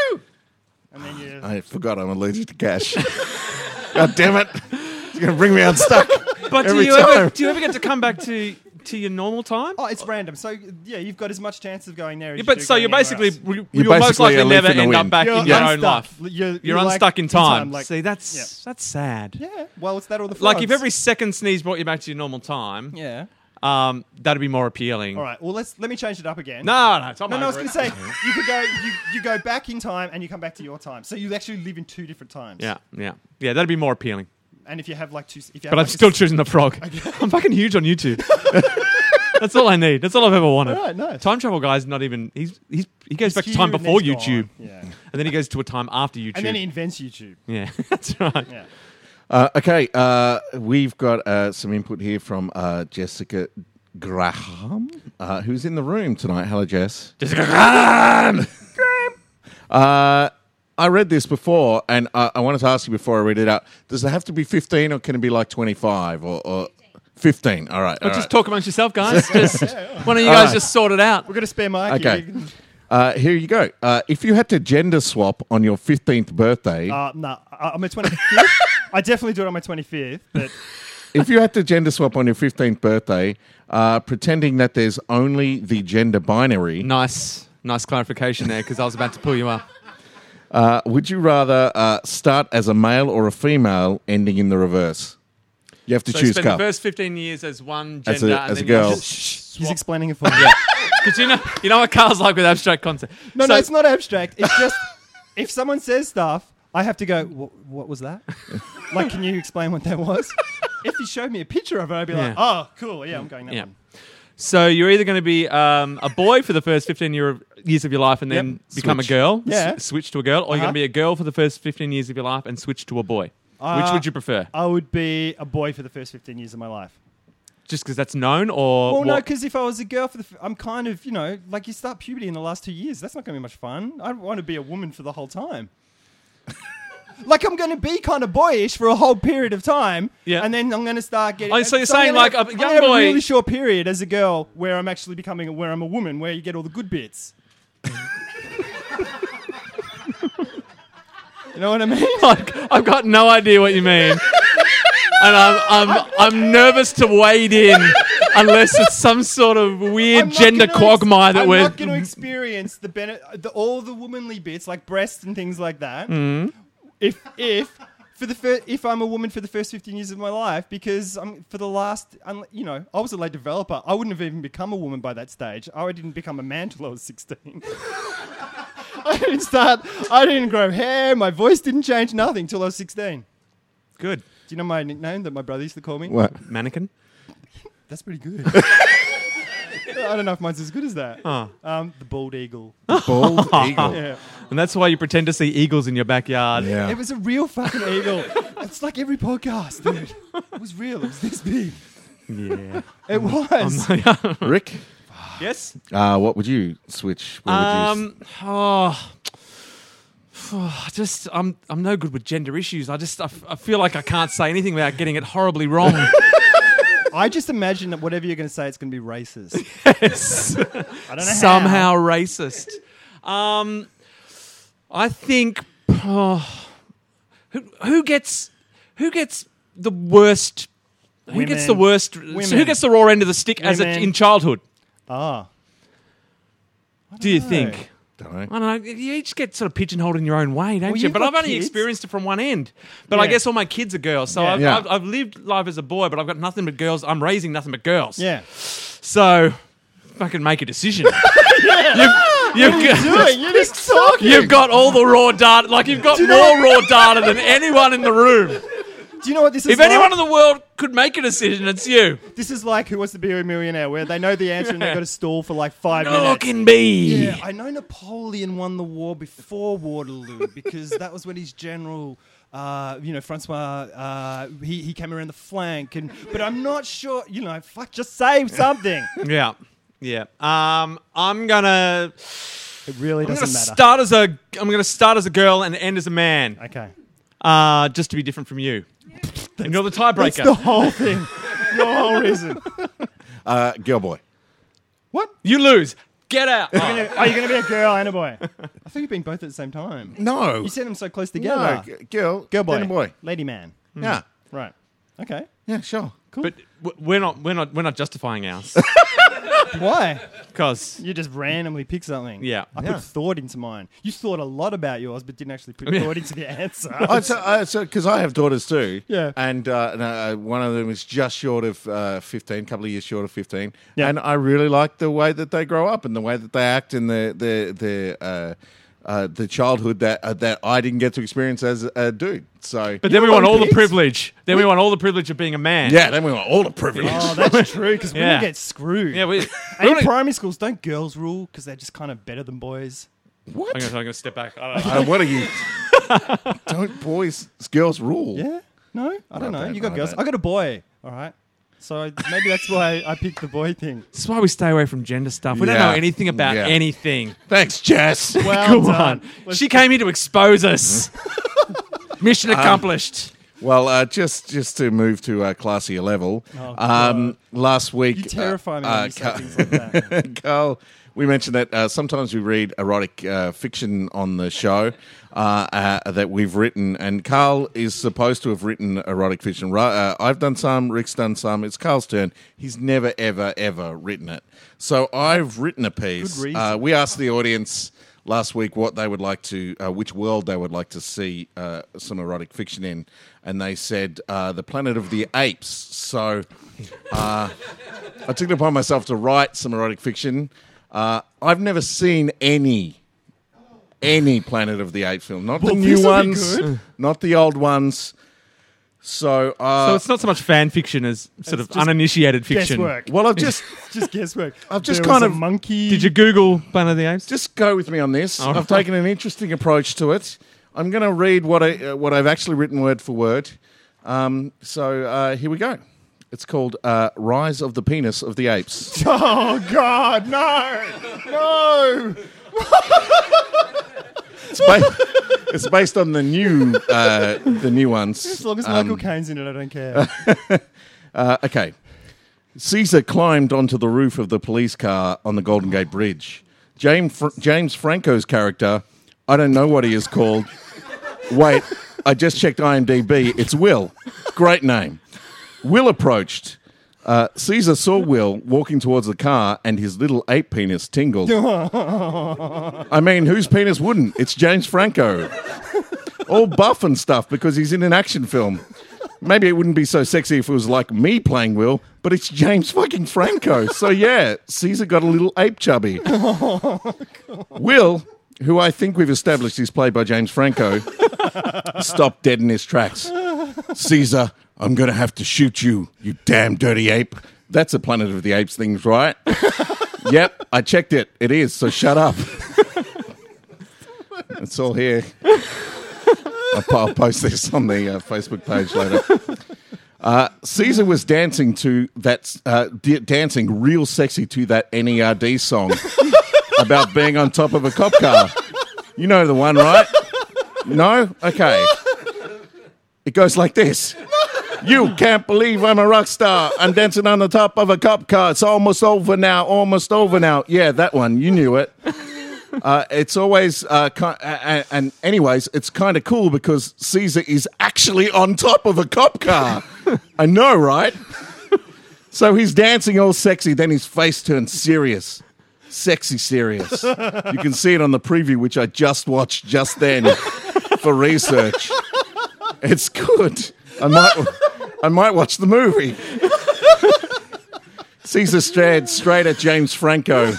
Speaker 4: And then you
Speaker 1: I forgot I'm allergic to cash. God damn it! It's going to bring me unstuck.
Speaker 3: But do
Speaker 1: Every
Speaker 3: you ever
Speaker 1: time.
Speaker 3: do you ever get to come back to to your normal time?
Speaker 4: Oh, it's random. So yeah, you've got as much chance of going there. As
Speaker 3: Yeah,
Speaker 4: you
Speaker 3: but
Speaker 4: do
Speaker 3: so
Speaker 4: going
Speaker 3: you're
Speaker 4: anywhere
Speaker 3: basically
Speaker 4: else.
Speaker 3: you're,
Speaker 1: You're
Speaker 3: most
Speaker 1: basically
Speaker 3: likely
Speaker 1: a leaf
Speaker 3: never
Speaker 1: in the
Speaker 3: end up
Speaker 1: wind.
Speaker 3: back
Speaker 4: You're
Speaker 3: in your own
Speaker 4: unstuck.
Speaker 3: life.
Speaker 4: L- You're,
Speaker 3: You're
Speaker 4: like
Speaker 3: unstuck in time.
Speaker 4: like-
Speaker 3: See, that's that's sad.
Speaker 4: yeah. Well, it's that or the
Speaker 3: Like
Speaker 4: frogs.
Speaker 3: if every second sneeze brought you back to your normal time,
Speaker 4: yeah.
Speaker 3: um, that'd be more appealing.
Speaker 4: All right. Well, let's let me change it up again.
Speaker 3: No, no, it's not
Speaker 4: No,
Speaker 3: my
Speaker 4: no, I was going
Speaker 3: agree-
Speaker 4: to say you could go you, you go back in time and you come back to your time, so you actually live in two different times.
Speaker 3: Yeah, yeah, yeah. That'd be more appealing.
Speaker 4: And if you have like two, if you have
Speaker 3: But I'm
Speaker 4: like a
Speaker 3: still choosing the frog. I'm fucking huge on YouTube. That's all I need. That's all I've ever wanted.
Speaker 4: Alright, nice.
Speaker 3: Time travel guy's not even. He's, he's he goes back to
Speaker 4: Hugh
Speaker 3: time
Speaker 4: and
Speaker 3: before
Speaker 4: then he's
Speaker 3: YouTube,
Speaker 4: gone. Yeah.
Speaker 3: and then he goes to a time after YouTube.
Speaker 4: And then he invents YouTube.
Speaker 3: yeah, that's right.
Speaker 4: Yeah.
Speaker 1: Uh, okay, uh, we've got uh, some input here from uh, Jessica Graham, uh, who's in the room tonight. Hello, Jess. Jessica Graham. uh, I read this before, and I, I wanted to ask you before I read it out. Does it have to be fifteen, or can it be like twenty-five or, or fifteen? All right. all
Speaker 3: But just
Speaker 1: right.
Speaker 3: talk amongst yourself, guys. Just one of you guys just sort it out.
Speaker 4: We're going to spare Mike.
Speaker 1: Okay. Uh, here you go. Uh, if you had to gender swap on your fifteenth birthday,
Speaker 4: Uh, no, I- I'm a 25th. I definitely do it on my 25th, but
Speaker 1: if you had to gender swap on your 15th birthday, uh, pretending that there's only the gender binary,
Speaker 3: Nice, nice clarification there, because I was about to pull you up.
Speaker 1: uh, would you rather uh, start as a male or a female, ending in the reverse? You have to
Speaker 3: So you
Speaker 1: choose
Speaker 3: spend
Speaker 1: cup.
Speaker 3: the first 15 years as one
Speaker 1: As
Speaker 3: gender,
Speaker 1: a-
Speaker 3: and
Speaker 1: as a
Speaker 3: then you
Speaker 1: girl.
Speaker 3: just-
Speaker 4: he's explaining it for me. Yeah.
Speaker 3: Because you know, you know what Carl's like with abstract concepts.
Speaker 4: No,
Speaker 3: So-
Speaker 4: no, it's not abstract. It's just if someone says stuff, I have to go, "Wha- what was that? like, can you explain what that was? if you showed me a picture of it, I'd be
Speaker 3: Yeah.
Speaker 4: like, oh, cool. Yeah, I'm going that
Speaker 3: Yeah.
Speaker 4: one.
Speaker 3: So you're either going to be um, a boy for the first 15 year of, years of your life and then become
Speaker 1: Switch.
Speaker 3: a girl,
Speaker 4: Yeah.
Speaker 3: s- switch to a girl, or you're
Speaker 4: Uh-huh.
Speaker 3: going to be a girl for the first 15 years of your life and switch to a boy. Which
Speaker 4: Uh,
Speaker 3: would you prefer?
Speaker 4: I would be a boy for the first 15 years of my life.
Speaker 3: Just because that's known, or
Speaker 4: Well, no,
Speaker 3: what?
Speaker 4: because if I was a girl for the, f- I'm kind of, you know, like you start puberty in the last two years. That's not going to be much fun. I want to be a woman for the whole time. like I'm going to be kind of boyish for a whole period of time,
Speaker 3: Yeah.
Speaker 4: and then I'm going to start getting.
Speaker 3: Oh, so you're
Speaker 4: I'm
Speaker 3: saying,
Speaker 4: gonna
Speaker 3: like,
Speaker 4: have-
Speaker 3: a
Speaker 4: I'm
Speaker 3: young
Speaker 4: gonna have
Speaker 3: boy-
Speaker 4: a really short period as a girl where I'm actually becoming, where I'm a woman, where you get all the good bits. you know what I mean?
Speaker 3: Like, I've got no idea what you mean, and I'm, I'm I'm nervous to wade in unless it's some sort of weird
Speaker 4: I'm not
Speaker 3: gender
Speaker 4: gonna
Speaker 3: quagmire that
Speaker 4: I'm
Speaker 3: we're
Speaker 4: not going to experience the, bene- the all the womanly bits like breasts and things like that.
Speaker 3: Mm.
Speaker 4: If if for the fir- if I'm a woman for the first 15 years of my life because I'm for the last un- you know I was a late developer. I wouldn't have even become a woman by that stage. I didn't become a man till I was 16. I didn't start. I didn't grow hair. My voice didn't change. Nothing till I was 16.
Speaker 3: good
Speaker 4: Do you know my nickname that my brother used to call me?
Speaker 1: What?
Speaker 3: mannequin.
Speaker 4: That's pretty good. I don't know if mine's as good as that. Um, the bald eagle.
Speaker 1: Bald eagle. Yeah.
Speaker 4: Yeah.
Speaker 3: And that's why you pretend to see eagles in your backyard.
Speaker 4: It was a real fucking eagle. it's like every podcast, dude. It was real. It was this big.
Speaker 3: Yeah.
Speaker 4: It was.
Speaker 1: Rick,
Speaker 3: yes.
Speaker 1: uh, what would you switch? What would you s-
Speaker 3: Um. Oh. I Just I'm I'm no good with gender issues. I just I, f- I feel like I can't say anything without getting it horribly wrong.
Speaker 4: I just imagine that whatever you're going to say, it's going to be racist.
Speaker 3: Yes.
Speaker 4: I don't know.
Speaker 3: Somehow racist. Um. I think. oh, who who gets who gets the worst? Who gets the
Speaker 4: Women.
Speaker 3: worst? so who
Speaker 4: Women.
Speaker 3: gets the raw end of the stick as a,
Speaker 4: Women.
Speaker 3: in childhood?
Speaker 4: Ah.
Speaker 3: Do you
Speaker 4: know.
Speaker 3: think?
Speaker 1: Dunno.
Speaker 3: I don't know. You each get sort of pigeonholed in your own way, don't
Speaker 4: Well,
Speaker 3: you?
Speaker 4: you've
Speaker 3: But
Speaker 4: got
Speaker 3: I've only
Speaker 4: kids.
Speaker 3: experienced it from one end. But I
Speaker 4: Yeah.
Speaker 3: guess all my kids are girls, so
Speaker 4: Yeah.
Speaker 3: I've,
Speaker 1: Yeah.
Speaker 3: I've, I've lived life as a boy, but I've got nothing but girls. I'm raising nothing but girls.
Speaker 4: Yeah.
Speaker 3: So fucking make a decision. You've, you've got,
Speaker 4: Doing, you're just talking.
Speaker 3: you've got all the raw data. Like you've got
Speaker 4: you
Speaker 3: more raw data than anyone in the room.
Speaker 4: Do you know what this is
Speaker 3: If anyone in
Speaker 4: like?
Speaker 3: the world could make a decision, it's you.
Speaker 4: This is like Who Wants to Be a Millionaire, where they know the answer and they've got to stall for like five minutes.
Speaker 3: Looking me.
Speaker 4: Yeah, I know Napoleon won the war before Waterloo because that was when his general, uh, you know, Francois, uh, he, he came around the flank. And but I'm not sure, you know, fuck, just say something.
Speaker 3: Yeah. Yeah. Um, I'm gonna
Speaker 4: It really
Speaker 3: I'm gonna
Speaker 4: doesn't matter.
Speaker 3: start as a I'm gonna start as a girl and end as a man.
Speaker 4: Okay,
Speaker 3: Uh, just to be different from you. And you're the
Speaker 4: that's
Speaker 3: tiebreaker.
Speaker 4: the whole thing. Your whole reason.
Speaker 1: uh, girl boy.
Speaker 4: What?
Speaker 3: you lose. Get out. Oh,
Speaker 4: Are you going to be a girl and a boy? I thought you've been both at the same time.
Speaker 1: No.
Speaker 4: You said them so close
Speaker 1: no.
Speaker 4: together.
Speaker 1: g- Girl.
Speaker 4: girl, boy, Hmm.
Speaker 1: then a boy.
Speaker 4: lady, man.
Speaker 1: Yeah.
Speaker 4: Right. Okay.
Speaker 1: Yeah, sure.
Speaker 3: but w- we're not we're not we're not justifying ours.
Speaker 4: Why?
Speaker 3: Because
Speaker 4: You just randomly pick something.
Speaker 3: Yeah.
Speaker 4: I
Speaker 1: Yeah.
Speaker 4: put thought into mine. You thought a lot about yours, but didn't actually put
Speaker 3: Yeah.
Speaker 4: thought into the answer.
Speaker 1: Oh, so, uh, so, because I have daughters too.
Speaker 4: Yeah.
Speaker 1: And, uh, and uh, one of them is just short of uh, 15, couple of years short of 15.
Speaker 4: Yeah.
Speaker 1: And I really like the way that they grow up and the way that they act and the, the, the, uh, uh, the childhood that uh, that I didn't get to experience as a dude. So,
Speaker 3: but then we want all the
Speaker 4: kids?
Speaker 3: privilege. Then we want all the privilege of being a man.
Speaker 1: yeah, then we want all the privilege.
Speaker 4: oh, that's true, because
Speaker 3: Yeah.
Speaker 4: women get screwed.
Speaker 3: yeah. We,
Speaker 4: and in
Speaker 3: I'm
Speaker 4: primary schools, don't girls rule because they're just kind of better than boys?
Speaker 1: what?
Speaker 3: gonna, I'm gonna step back. I don't know.
Speaker 1: Uh, what are you? Don't boys, girls rule.
Speaker 4: Yeah? No? I don't
Speaker 1: I
Speaker 4: know.
Speaker 1: don't-
Speaker 4: you
Speaker 1: I
Speaker 4: got girls.
Speaker 1: don't.
Speaker 4: I got a boy, all right? So I- maybe that's why I picked the boy thing.
Speaker 3: This is why we stay away from gender stuff. We
Speaker 1: Yeah.
Speaker 3: don't know anything about
Speaker 1: Yeah.
Speaker 3: anything.
Speaker 1: Thanks, Jess.
Speaker 4: Well
Speaker 3: Come
Speaker 4: done.
Speaker 3: on. She came here to expose us. Mission
Speaker 1: Um,
Speaker 3: accomplished.
Speaker 1: Well, uh, just just to move to a classier level, um, last week
Speaker 4: Oh, You terrify me
Speaker 1: uh,
Speaker 4: when you say
Speaker 1: Ca-
Speaker 4: things like that.
Speaker 1: Carl, we mentioned that uh, sometimes we read erotic uh, fiction on the show uh, uh, that we've written, and Carl is supposed to have written erotic fiction. Ri- Uh, I've done some, Rick's done some. It's Carl's turn. He's never, ever, ever written it. So I've written a piece.
Speaker 4: Good reason.
Speaker 1: Uh, we asked the audience last week what they would like to, uh, which world they would like to see uh, some erotic fiction in, and they said uh, the planet of the apes. So. I took it upon myself to write some erotic fiction. Uh, I've never seen any any Planet of the Apes film, not the new
Speaker 4: this'll be
Speaker 1: ones, not the old ones. So,
Speaker 3: So
Speaker 1: uh,
Speaker 3: it's not so much fan fiction as sort of uninitiated fiction.
Speaker 4: Guesswork.
Speaker 1: well, I've just
Speaker 4: Just guesswork.
Speaker 1: I've just
Speaker 4: There was
Speaker 1: kind
Speaker 4: a
Speaker 1: of-
Speaker 4: monkey.
Speaker 3: Did you Google Planet of the Apes?
Speaker 1: just go with me on this.
Speaker 3: All
Speaker 1: I've
Speaker 3: right.
Speaker 1: taken an interesting approach to it. I'm going to read what I uh, what I've actually written word for word. Um, so uh, here we go. It's called uh, "Rise of the Penis of the Apes."
Speaker 4: Oh God, no, no!
Speaker 1: It's ba- it's based on the new uh, the new ones.
Speaker 4: As long
Speaker 3: Um,
Speaker 4: as Michael Caine's in it, I don't care.
Speaker 1: Uh, okay. Caesar climbed onto the roof of the police car on the Golden Gate Bridge. James, Fr- James Franco's character, I don't know what he is called. Wait, I just checked IMDb. It's Will. Great name. Will approached. Uh, Caesar saw Will walking towards the car and his little ape penis tingled. I mean, whose penis wouldn't? It's James Franco. All buff and stuff because he's in an action film. Maybe it wouldn't be so sexy if it was like me playing Will, but it's James fucking Franco. So yeah, Caesar got a little ape chubby. Will, who I think we've established is played by James Franco, stopped dead in his tracks. Caesar, I'm going to have to shoot you, you damn dirty ape. That's a Planet of the Apes thing, right? yep, I checked it. It is, so shut up. it's all here. I'll, po- I'll post this on the uh, Facebook page later. Uh, Caesar was dancing to that, uh, d- dancing real sexy to that NERD song about being on top of a cop car. You know the one, right? No? Okay. It goes like this. You can't believe I'm a rock star. I'm dancing on the top of a cop car. It's almost over now. Almost over now. Yeah, that one. You knew it. Uh, it's always, uh, ki- a- a- and anyways, it's kind of cool because Caesar is actually on top of a cop car. I know, right? So he's dancing all sexy, then his face turns serious. Sexy serious. You can see it on the preview, which I just watched just then for research. It's good. I might, I might watch the movie. Caesar stared straight at James Franco,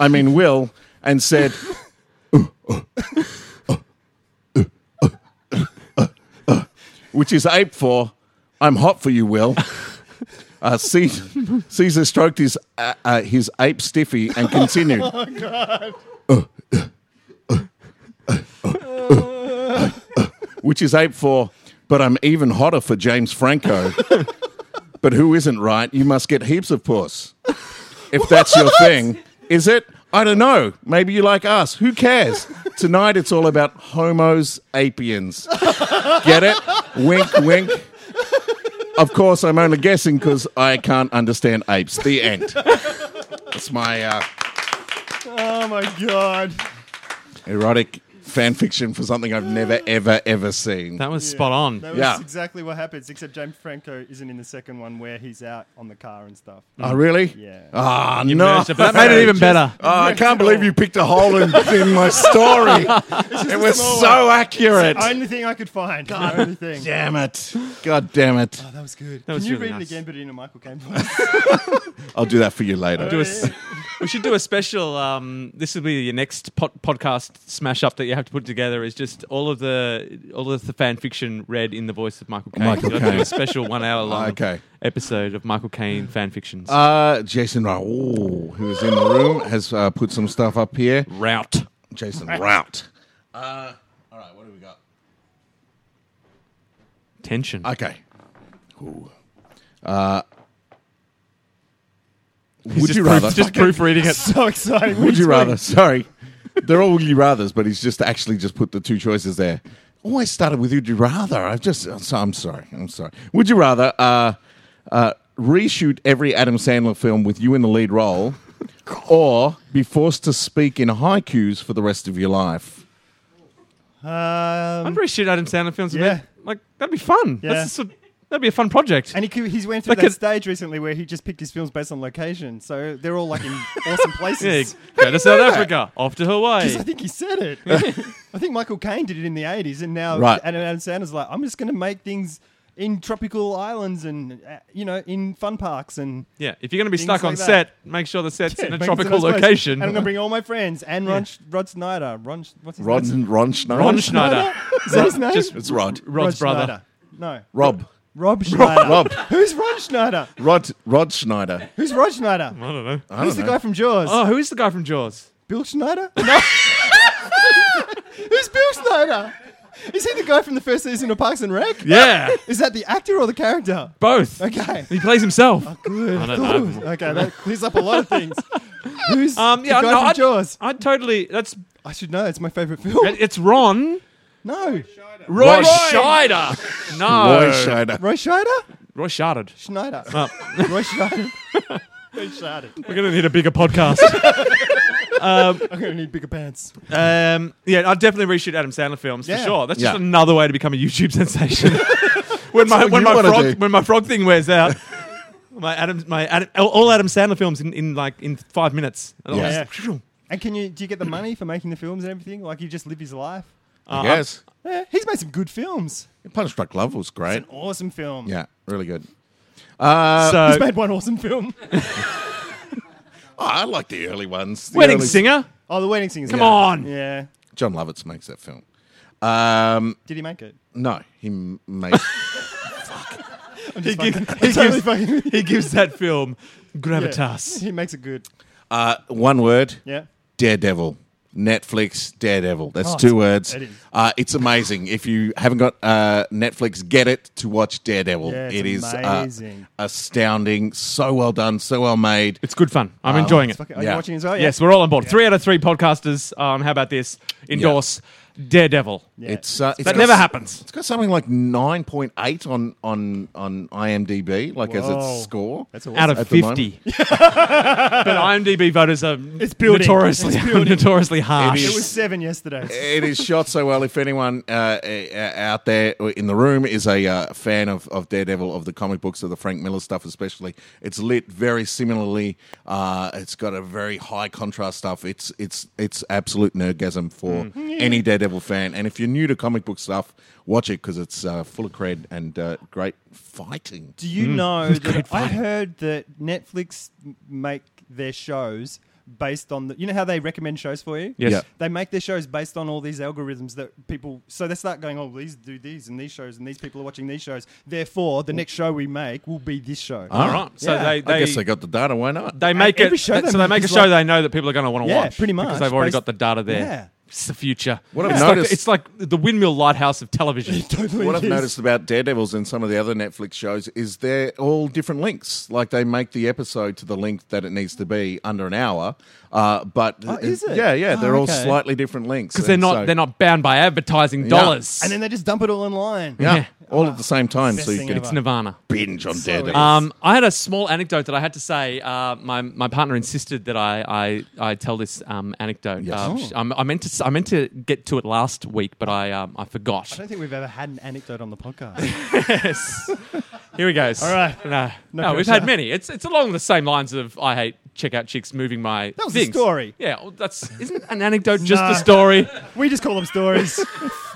Speaker 1: I mean Will, and said, which is ape for, I'm hot for you, Will. Uh, Caesar, Caesar stroked his, uh, uh, his ape stiffy and continued. which is ape for, but I'm even hotter for James Franco. but who isn't right? You must get heaps of puss. If that's your thing. Is it? I don't know. Maybe you like us. Who cares? Tonight it's all about homos apians. Get it? Wink, wink. Of course, I'm only guessing because I can't understand apes. The end. That's my uh,
Speaker 4: oh my God!
Speaker 1: erotic fan fiction for something I've never, ever, ever seen.
Speaker 3: That was spot on.
Speaker 4: That was
Speaker 1: Yeah.
Speaker 4: exactly what happens, except James Franco isn't in the second one where he's out on the car and stuff.
Speaker 1: Oh, really?
Speaker 4: Yeah.
Speaker 1: Ah, no.
Speaker 3: merged it, but that made it even better.
Speaker 1: Oh, I can't believe you picked a hole in, in my story. it was
Speaker 4: small
Speaker 1: so accurate.
Speaker 4: Only thing I could find. The only thing.
Speaker 1: Damn it. God damn it.
Speaker 4: That was good.
Speaker 3: was
Speaker 4: Can you
Speaker 3: really
Speaker 4: read
Speaker 3: nice.
Speaker 4: it again, but in a Michael Caine voice?
Speaker 1: I'll do that for you later.
Speaker 3: Do a s- we should do a special. Um, this will be your next pod- podcast smash up that you have to put together. Is just all of the all of the fan fiction read in the voice of Michael Caine.
Speaker 1: Michael
Speaker 3: You'll have to do
Speaker 1: Caine.
Speaker 3: a special one hour long
Speaker 1: Okay.
Speaker 3: episode of Michael Caine fan fictions.
Speaker 1: Uh, Jason Raoul, who is in the room, has uh, put some stuff up here.
Speaker 3: Route.
Speaker 1: Jason Rout. Uh, all right, what do we got?
Speaker 3: Tension.
Speaker 1: Okay. Ooh. Uh, would
Speaker 3: just
Speaker 1: you
Speaker 3: proof-
Speaker 1: rather?
Speaker 3: just proofreading it.
Speaker 4: so exciting.
Speaker 1: Would you rather? Sorry. They're all would you rathers, but he's just actually just put the two choices there. Always started with would you rather. I've just, I'm so- I'm sorry. I'm sorry. Would you rather uh, uh, reshoot every Adam Sandler film with you in the lead role or be forced to speak in haikus for the rest of your life?
Speaker 3: I'm
Speaker 4: Um,
Speaker 3: pretty shit Adam Sandler films.
Speaker 4: Yeah.
Speaker 3: Yeah. Like that'd be fun.
Speaker 4: Yeah.
Speaker 3: That's just a- that'd be a fun project.
Speaker 4: and he, cou- he's went through
Speaker 3: Like
Speaker 4: that
Speaker 3: a-
Speaker 4: stage recently where he just picked his films based on location. So they're all like in awesome
Speaker 3: yeah,
Speaker 4: places.
Speaker 3: go to South Africa, off to Hawaii.
Speaker 4: Because I think he said it. I think Michael Caine did it in the 80s, and now
Speaker 1: Right.
Speaker 4: Adam, Adam Sandler's like, I'm just going to make things in tropical islands and, uh, you know, in fun parks and
Speaker 3: Yeah, if you're going to be
Speaker 4: Things
Speaker 3: stuck on
Speaker 4: like that.
Speaker 3: set, make sure the set's in a
Speaker 4: Make it
Speaker 3: tropical
Speaker 4: to those places.
Speaker 3: location.
Speaker 4: And I'm going to bring all my friends and Ron, Sch- Rod Snyder. Ron, Sch- what's his
Speaker 1: Ron,
Speaker 4: name?
Speaker 1: Ron Schneider?
Speaker 3: Ron Schneider,
Speaker 4: Is that his name?
Speaker 3: just
Speaker 1: It's Rod.
Speaker 3: Rod's brother.
Speaker 4: Schneider. No.
Speaker 1: Rob.
Speaker 4: Rob Schneider.
Speaker 1: Rob.
Speaker 4: Who's Rod Schneider?
Speaker 1: Rod, Rod Schneider.
Speaker 4: Who's Rod Schneider?
Speaker 3: I don't know.
Speaker 1: I
Speaker 4: Who's
Speaker 1: don't
Speaker 4: the
Speaker 1: know.
Speaker 4: guy from Jaws?
Speaker 3: Oh, who is the guy from Jaws?
Speaker 4: Bill Schneider? No. Who's Bill Schneider? Is he the guy from the first season of Parks and Rec?
Speaker 3: Yeah,
Speaker 4: Is that the actor or the character?
Speaker 3: both.
Speaker 4: Okay. Oh,
Speaker 3: He plays himself.
Speaker 4: Good.
Speaker 3: I don't know.
Speaker 4: Good. Okay, that clears up a lot of things. Who's
Speaker 3: Um, yeah,
Speaker 4: the guy
Speaker 3: no,
Speaker 4: from
Speaker 3: I'd,
Speaker 4: Jaws?
Speaker 3: I'd totally. That's
Speaker 4: I should know. It's my favorite film.
Speaker 3: it's Ron.
Speaker 4: No,
Speaker 3: Roy,
Speaker 1: Roy.
Speaker 3: Scheider. No,
Speaker 1: Roy Schneider.
Speaker 4: Roy Scheider.
Speaker 3: Roy Scheider.
Speaker 4: Schneider.
Speaker 3: Oh.
Speaker 4: Roy Schneider. Roy Schneider.
Speaker 3: We're going to need a bigger podcast.
Speaker 4: I'm gonna need bigger pants.
Speaker 3: Um, yeah, I'd definitely reshoot Adam Sandler films
Speaker 4: Yeah.
Speaker 3: for sure. That's just
Speaker 1: Yeah.
Speaker 3: another way to become a YouTube sensation. when my
Speaker 1: what
Speaker 3: when
Speaker 1: you
Speaker 3: my
Speaker 1: wanna
Speaker 3: frog
Speaker 1: do.
Speaker 3: when my frog thing wears out, my Adam my Adam, all- all Adam Sandler films in, in like in five minutes. And I'll
Speaker 1: Yeah.
Speaker 3: just-
Speaker 4: And can you do you get the money for making the films and everything? Like you just live his life.
Speaker 3: Uh,
Speaker 1: Yes.
Speaker 4: Yeah, he's made some good films.
Speaker 1: Punch Struck Love was great.
Speaker 4: An awesome film.
Speaker 1: Yeah, really good.
Speaker 3: uh,
Speaker 1: Uh,
Speaker 3: so
Speaker 4: Uh, He's made one awesome film.
Speaker 1: Oh, I like the early ones. The
Speaker 3: Wedding
Speaker 1: early-
Speaker 3: Singer,
Speaker 4: Oh, The Wedding Singer.
Speaker 3: come on.
Speaker 4: Yeah.
Speaker 1: John Lovitz makes that film. Um,
Speaker 4: Did he make it?
Speaker 1: no, he m- makes.
Speaker 3: He, gives-
Speaker 4: fucking-
Speaker 3: he
Speaker 4: I'm totally
Speaker 3: gives,
Speaker 4: fucking with you.
Speaker 3: he gives that film
Speaker 4: Yeah.
Speaker 3: gravitas.
Speaker 4: He makes it good.
Speaker 1: uh, one word.
Speaker 4: Yeah.
Speaker 1: Daredevil. Netflix Daredevil. That's
Speaker 4: Oh,
Speaker 1: two words.
Speaker 4: it's- it is.
Speaker 1: Uh, it's amazing. If you haven't got uh, Netflix, get it to watch Daredevil.
Speaker 4: Yeah, it's
Speaker 1: it is
Speaker 4: amazing.
Speaker 1: Uh, astounding. So well done. So well made.
Speaker 3: It's good fun. I'm enjoying it.
Speaker 4: It's fucking- are
Speaker 1: Yeah.
Speaker 4: you watching as well? Yeah.
Speaker 3: Yes, we're all on board. Three out of three podcasters. Um, how about this? Endorse Daredevil.
Speaker 4: Yeah.
Speaker 1: It's, uh, it's
Speaker 3: That
Speaker 1: got
Speaker 3: never
Speaker 1: s-
Speaker 3: happens.
Speaker 1: It's got something like nine point eight on on on IMDb, like as
Speaker 4: Whoa.
Speaker 1: its score.
Speaker 4: That's awesome.
Speaker 3: out of
Speaker 1: At the
Speaker 3: 50. but IMDb voters are
Speaker 4: It's building.
Speaker 3: notoriously,
Speaker 4: It's building.
Speaker 3: notoriously harsh.
Speaker 1: It
Speaker 4: It was seven yesterday.
Speaker 1: it is shot so well. If anyone uh, uh, out there in the room is a uh, fan of, of Daredevil, of the comic books, of the Frank Miller stuff, especially, it's lit very similarly. Uh, it's got a very high contrast stuff. It's it's it's absolute nerdgasm for any Daredevil fan. And if you're new to comic book stuff, watch it because it's uh, full of cred and uh, great fighting.
Speaker 4: Do
Speaker 3: Mm.
Speaker 4: you know that I heard that Netflix m- make their shows based on the. You know how they recommend shows for you?
Speaker 3: yes.
Speaker 1: Yeah.
Speaker 4: They make their shows based on all these algorithms that people. So they start going, oh, these do these and these shows and these people are watching these shows. Therefore, the next show we make will be this show.
Speaker 3: All right. So
Speaker 4: Yeah.
Speaker 3: they,
Speaker 1: I
Speaker 3: they,
Speaker 1: guess they got the data. Why not?
Speaker 3: they make
Speaker 4: every
Speaker 3: it.
Speaker 4: show they
Speaker 3: so they
Speaker 4: make
Speaker 3: make a
Speaker 4: is
Speaker 3: show
Speaker 4: like-
Speaker 3: they know that people are going to want to
Speaker 4: Yeah,
Speaker 3: watch.
Speaker 4: pretty much.
Speaker 3: Because they've already
Speaker 4: Based-
Speaker 3: got the data there.
Speaker 4: Yeah.
Speaker 3: It's the future.
Speaker 1: What I've
Speaker 3: it's, like,
Speaker 1: noticed-
Speaker 3: it's like the windmill lighthouse of television.
Speaker 4: Totally
Speaker 1: What I've
Speaker 4: is.
Speaker 1: noticed about Daredevils and some of the other Netflix shows is they're all different links. Like they make the episode to the length that it needs to be under an hour. Uh, but
Speaker 4: Oh, is it?
Speaker 1: yeah, yeah, they're
Speaker 4: Oh,
Speaker 1: all
Speaker 4: okay.
Speaker 1: slightly different links
Speaker 3: Because they're not they're not bound by advertising dollars.
Speaker 4: And then they just dump it all online.
Speaker 1: yeah,
Speaker 3: Yeah.
Speaker 1: all at the same time, so you
Speaker 4: Best
Speaker 1: can
Speaker 4: thing
Speaker 3: it's Nirvana.
Speaker 1: binge on Daredevil.
Speaker 3: Um, I had a small anecdote that I had to say. Uh, my my partner insisted that I I, I tell this um, anecdote.
Speaker 1: Yes.
Speaker 4: Oh.
Speaker 3: Um, sh- I'm- i meant to I meant to get to it last week, but I um, I forgot.
Speaker 4: I don't think we've ever had an anecdote on the podcast.
Speaker 3: Yes. Here we go. All
Speaker 4: right.
Speaker 3: No,
Speaker 4: No
Speaker 3: no, we've
Speaker 4: pressure.
Speaker 3: had many. It's it's along the same lines of I hate checkout chicks moving my
Speaker 4: That was a
Speaker 3: things.
Speaker 4: story.
Speaker 3: Yeah, well, that's isn't an anecdote just
Speaker 4: No.
Speaker 3: a story.
Speaker 4: we just call them stories,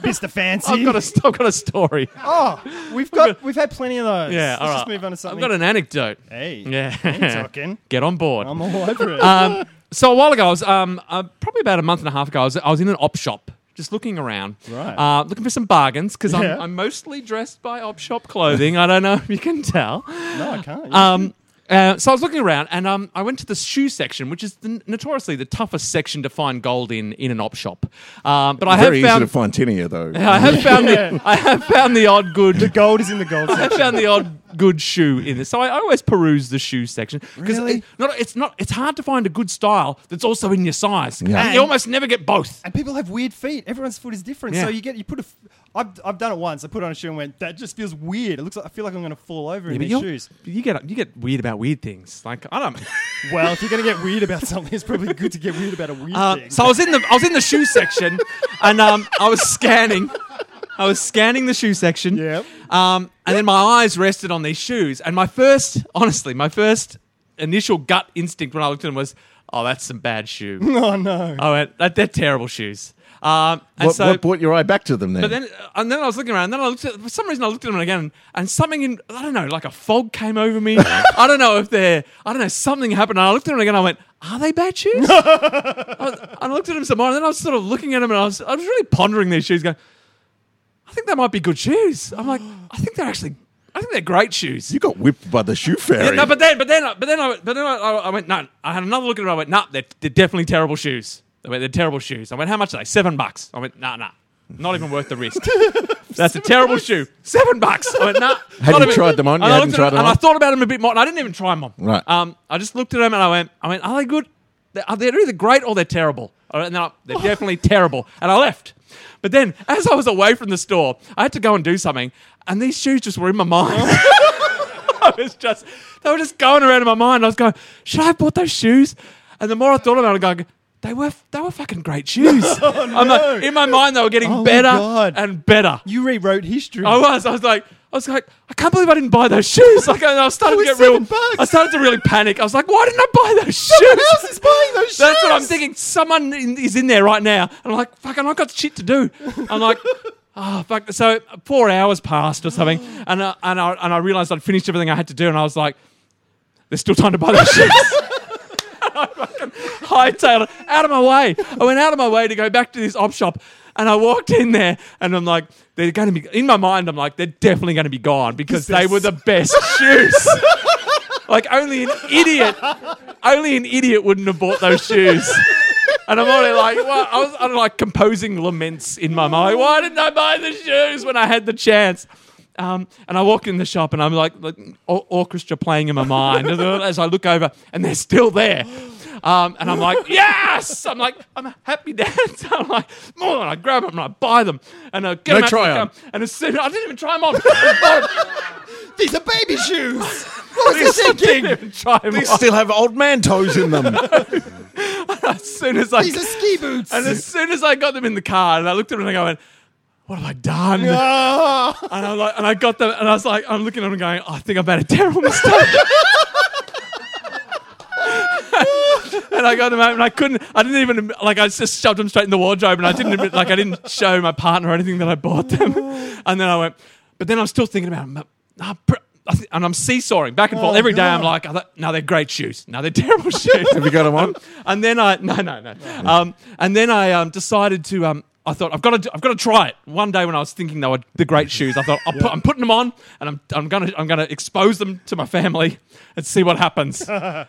Speaker 4: Mr. Fancy.
Speaker 3: I've got a st- I've got a story.
Speaker 4: oh, we've got we've had plenty of those.
Speaker 3: Yeah,
Speaker 4: Let's
Speaker 3: all
Speaker 4: just
Speaker 3: right.
Speaker 4: move on to something.
Speaker 3: I've got an anecdote.
Speaker 4: hey,
Speaker 3: Yeah,
Speaker 4: I'm talking.
Speaker 3: Get on board.
Speaker 4: I'm all over it.
Speaker 3: um, so a while ago, I was um, uh, probably about a month and a half ago. I was, I was in an op shop, just looking around,
Speaker 4: Right.
Speaker 3: uh, looking for some bargains because
Speaker 4: Yeah.
Speaker 3: I'm, I'm mostly dressed by op shop clothing. I don't know if you can tell.
Speaker 4: no, I can't.
Speaker 3: Um, uh, so I was looking around, and um, I went to the shoe section, which is the, notoriously the toughest section to find gold in in an op shop. Um, but I have
Speaker 1: Very easy to
Speaker 3: found,
Speaker 1: find tinea though.
Speaker 3: I have found, the, I have found the odd good
Speaker 4: the gold is in the gold
Speaker 3: I
Speaker 4: section.
Speaker 3: found the odd good shoe in this, so I always peruse the shoe section because
Speaker 4: Really?
Speaker 3: it, not, it's not it's hard to find a good style that's also in your size.
Speaker 1: Yeah.
Speaker 3: And you almost never get both.
Speaker 4: And people have weird feet. Everyone's foot is different.
Speaker 3: Yeah.
Speaker 4: So you get you put a. F- I've, I've done it once. I put on a shoe and went. That just feels weird. It looks like I feel like I'm going to fall over in
Speaker 3: but
Speaker 4: these
Speaker 3: you're-
Speaker 4: shoes.
Speaker 3: you get you get weird about weird things. Like I don't.
Speaker 4: Well, if you're going to get weird about something, it's probably good to get weird about a weird
Speaker 3: Uh,
Speaker 4: thing.
Speaker 3: so I was in the I was in the shoe section, and um, I was scanning. I was scanning the shoe section.
Speaker 4: Yep.
Speaker 3: Um, and then my eyes rested on these shoes, and my first, honestly, my first initial gut instinct when I looked at them was, "Oh, that's some bad shoe."
Speaker 4: oh no.
Speaker 3: I went, that, they're terrible shoes. Um, and
Speaker 1: what,
Speaker 3: so,
Speaker 1: what brought your eye back to them then?
Speaker 3: but then, uh, and then I was looking around. And then I looked at, for some reason, I looked at them again, and something in, I don't know, like a fog came over me. I don't know if they're, I don't know, something happened. And I looked at them again. I went, are they bad shoes? I was- and I looked at them some more. And then I was sort of looking at them, and I was, I was really pondering these shoes, going, I think they might be good shoes. I'm like, I think they're actually, I think they're great shoes.
Speaker 1: you got whipped by the shoe fairy.
Speaker 3: Yeah, no, but then, but then, but then, I, but then I, I, I went. No, I had another look at them. I went, no, they're, they're definitely terrible shoes. I went, they're terrible shoes. I went, how much are they? Seven bucks. I went, nah, nah, not even worth the risk. That's a terrible shoe. Seven bucks. I went, nah.
Speaker 1: Had
Speaker 3: not
Speaker 1: you
Speaker 3: even-
Speaker 1: tried them on?
Speaker 3: And
Speaker 1: You
Speaker 3: I
Speaker 1: hadn't
Speaker 3: looked at
Speaker 1: tried them
Speaker 3: and
Speaker 1: on?
Speaker 3: I thought about them a bit more, and I didn't even try them on.
Speaker 1: Right.
Speaker 3: Um, I just looked at them and I went, I went, are they good? They're, they're either great or they're terrible. I went, no,
Speaker 1: Oh.
Speaker 3: they're definitely terrible. And I left. But then, as I was away from the store, I had to go and do something, and these shoes just were in my mind. I was just, they were just going around in my mind. I was going, should I have bought those shoes? And the more I thought about it, I go, they were, they were fucking great shoes. I'm like, in my mind, they were getting
Speaker 4: Oh my
Speaker 3: better
Speaker 4: God.
Speaker 3: and better.
Speaker 4: You rewrote history.
Speaker 3: I was, I was like, I was like, I can't believe I didn't buy those shoes. Like, I, I started to
Speaker 4: They were
Speaker 3: get real.
Speaker 4: seven bucks.
Speaker 3: I started to really panic. I was like, why didn't I buy those shoes?
Speaker 4: else is buying those
Speaker 3: That's what I'm
Speaker 4: shoes.
Speaker 3: thinking. Someone in, is in there right now. And I'm like, fuck, I've got shit to do. I'm like, oh, fuck. So four hours passed or something. And, I and, I, and I realized I'd finished everything I had to do. And I was like, there's still time to buy those shoes. hightailed it out of my way. I went out of my way to go back to this op shop, and I walked in there, and I'm like, they're going to be in my mind. I'm like, they're definitely going to be gone because they were the best shoes. Like only an idiot, only an idiot wouldn't have bought those shoes. And I'm already like, well, I was I'm like composing laments in my mind. Why didn't I buy the shoes when I had the chance? Um, and I walk in the shop and I'm like, like or- orchestra playing in my mind as I look over, and they're still there. Um, and I'm like, yes! I'm like, I'm a happy dancer. I'm like, more than I grab them and I buy them. And I get
Speaker 1: No
Speaker 3: them out to
Speaker 1: try
Speaker 3: the
Speaker 1: 'em.
Speaker 3: gum, And as soon I didn't even try them on. I
Speaker 4: These are baby shoes. what was I
Speaker 3: didn't
Speaker 4: thinking?
Speaker 3: even try 'em
Speaker 1: They
Speaker 3: on.
Speaker 1: still have old man toes in them. Oh,
Speaker 3: As soon as I
Speaker 4: These are ski boots.
Speaker 3: And as soon as I got them in the car, and I looked at them and I went, "What have I done?"
Speaker 4: Ah.
Speaker 3: And I like, and I got them, and I was like, I'm looking at them going, "I think I made a terrible mistake." and I got them out, and I couldn't, I didn't even like, I just shoved them straight in the wardrobe, and I didn't admit- like, I didn't show my partner or anything that I bought them. and then I went, but then I'm still thinking about them. I'm pr- I thi- and I'm seesawing back and forth
Speaker 4: Oh,
Speaker 3: every day. I'm
Speaker 4: God.
Speaker 3: like, I thought, no, they're great shoes. No, they're terrible shoes.
Speaker 1: have you got them on?
Speaker 3: And then I no no no. Um, and then I um, decided to um, I thought I've got to do- I've got to try it. One day when I was thinking they were the great shoes, I thought I'll put, I'm putting them on and I'm I'm gonna I'm gonna expose them to my family and see what happens.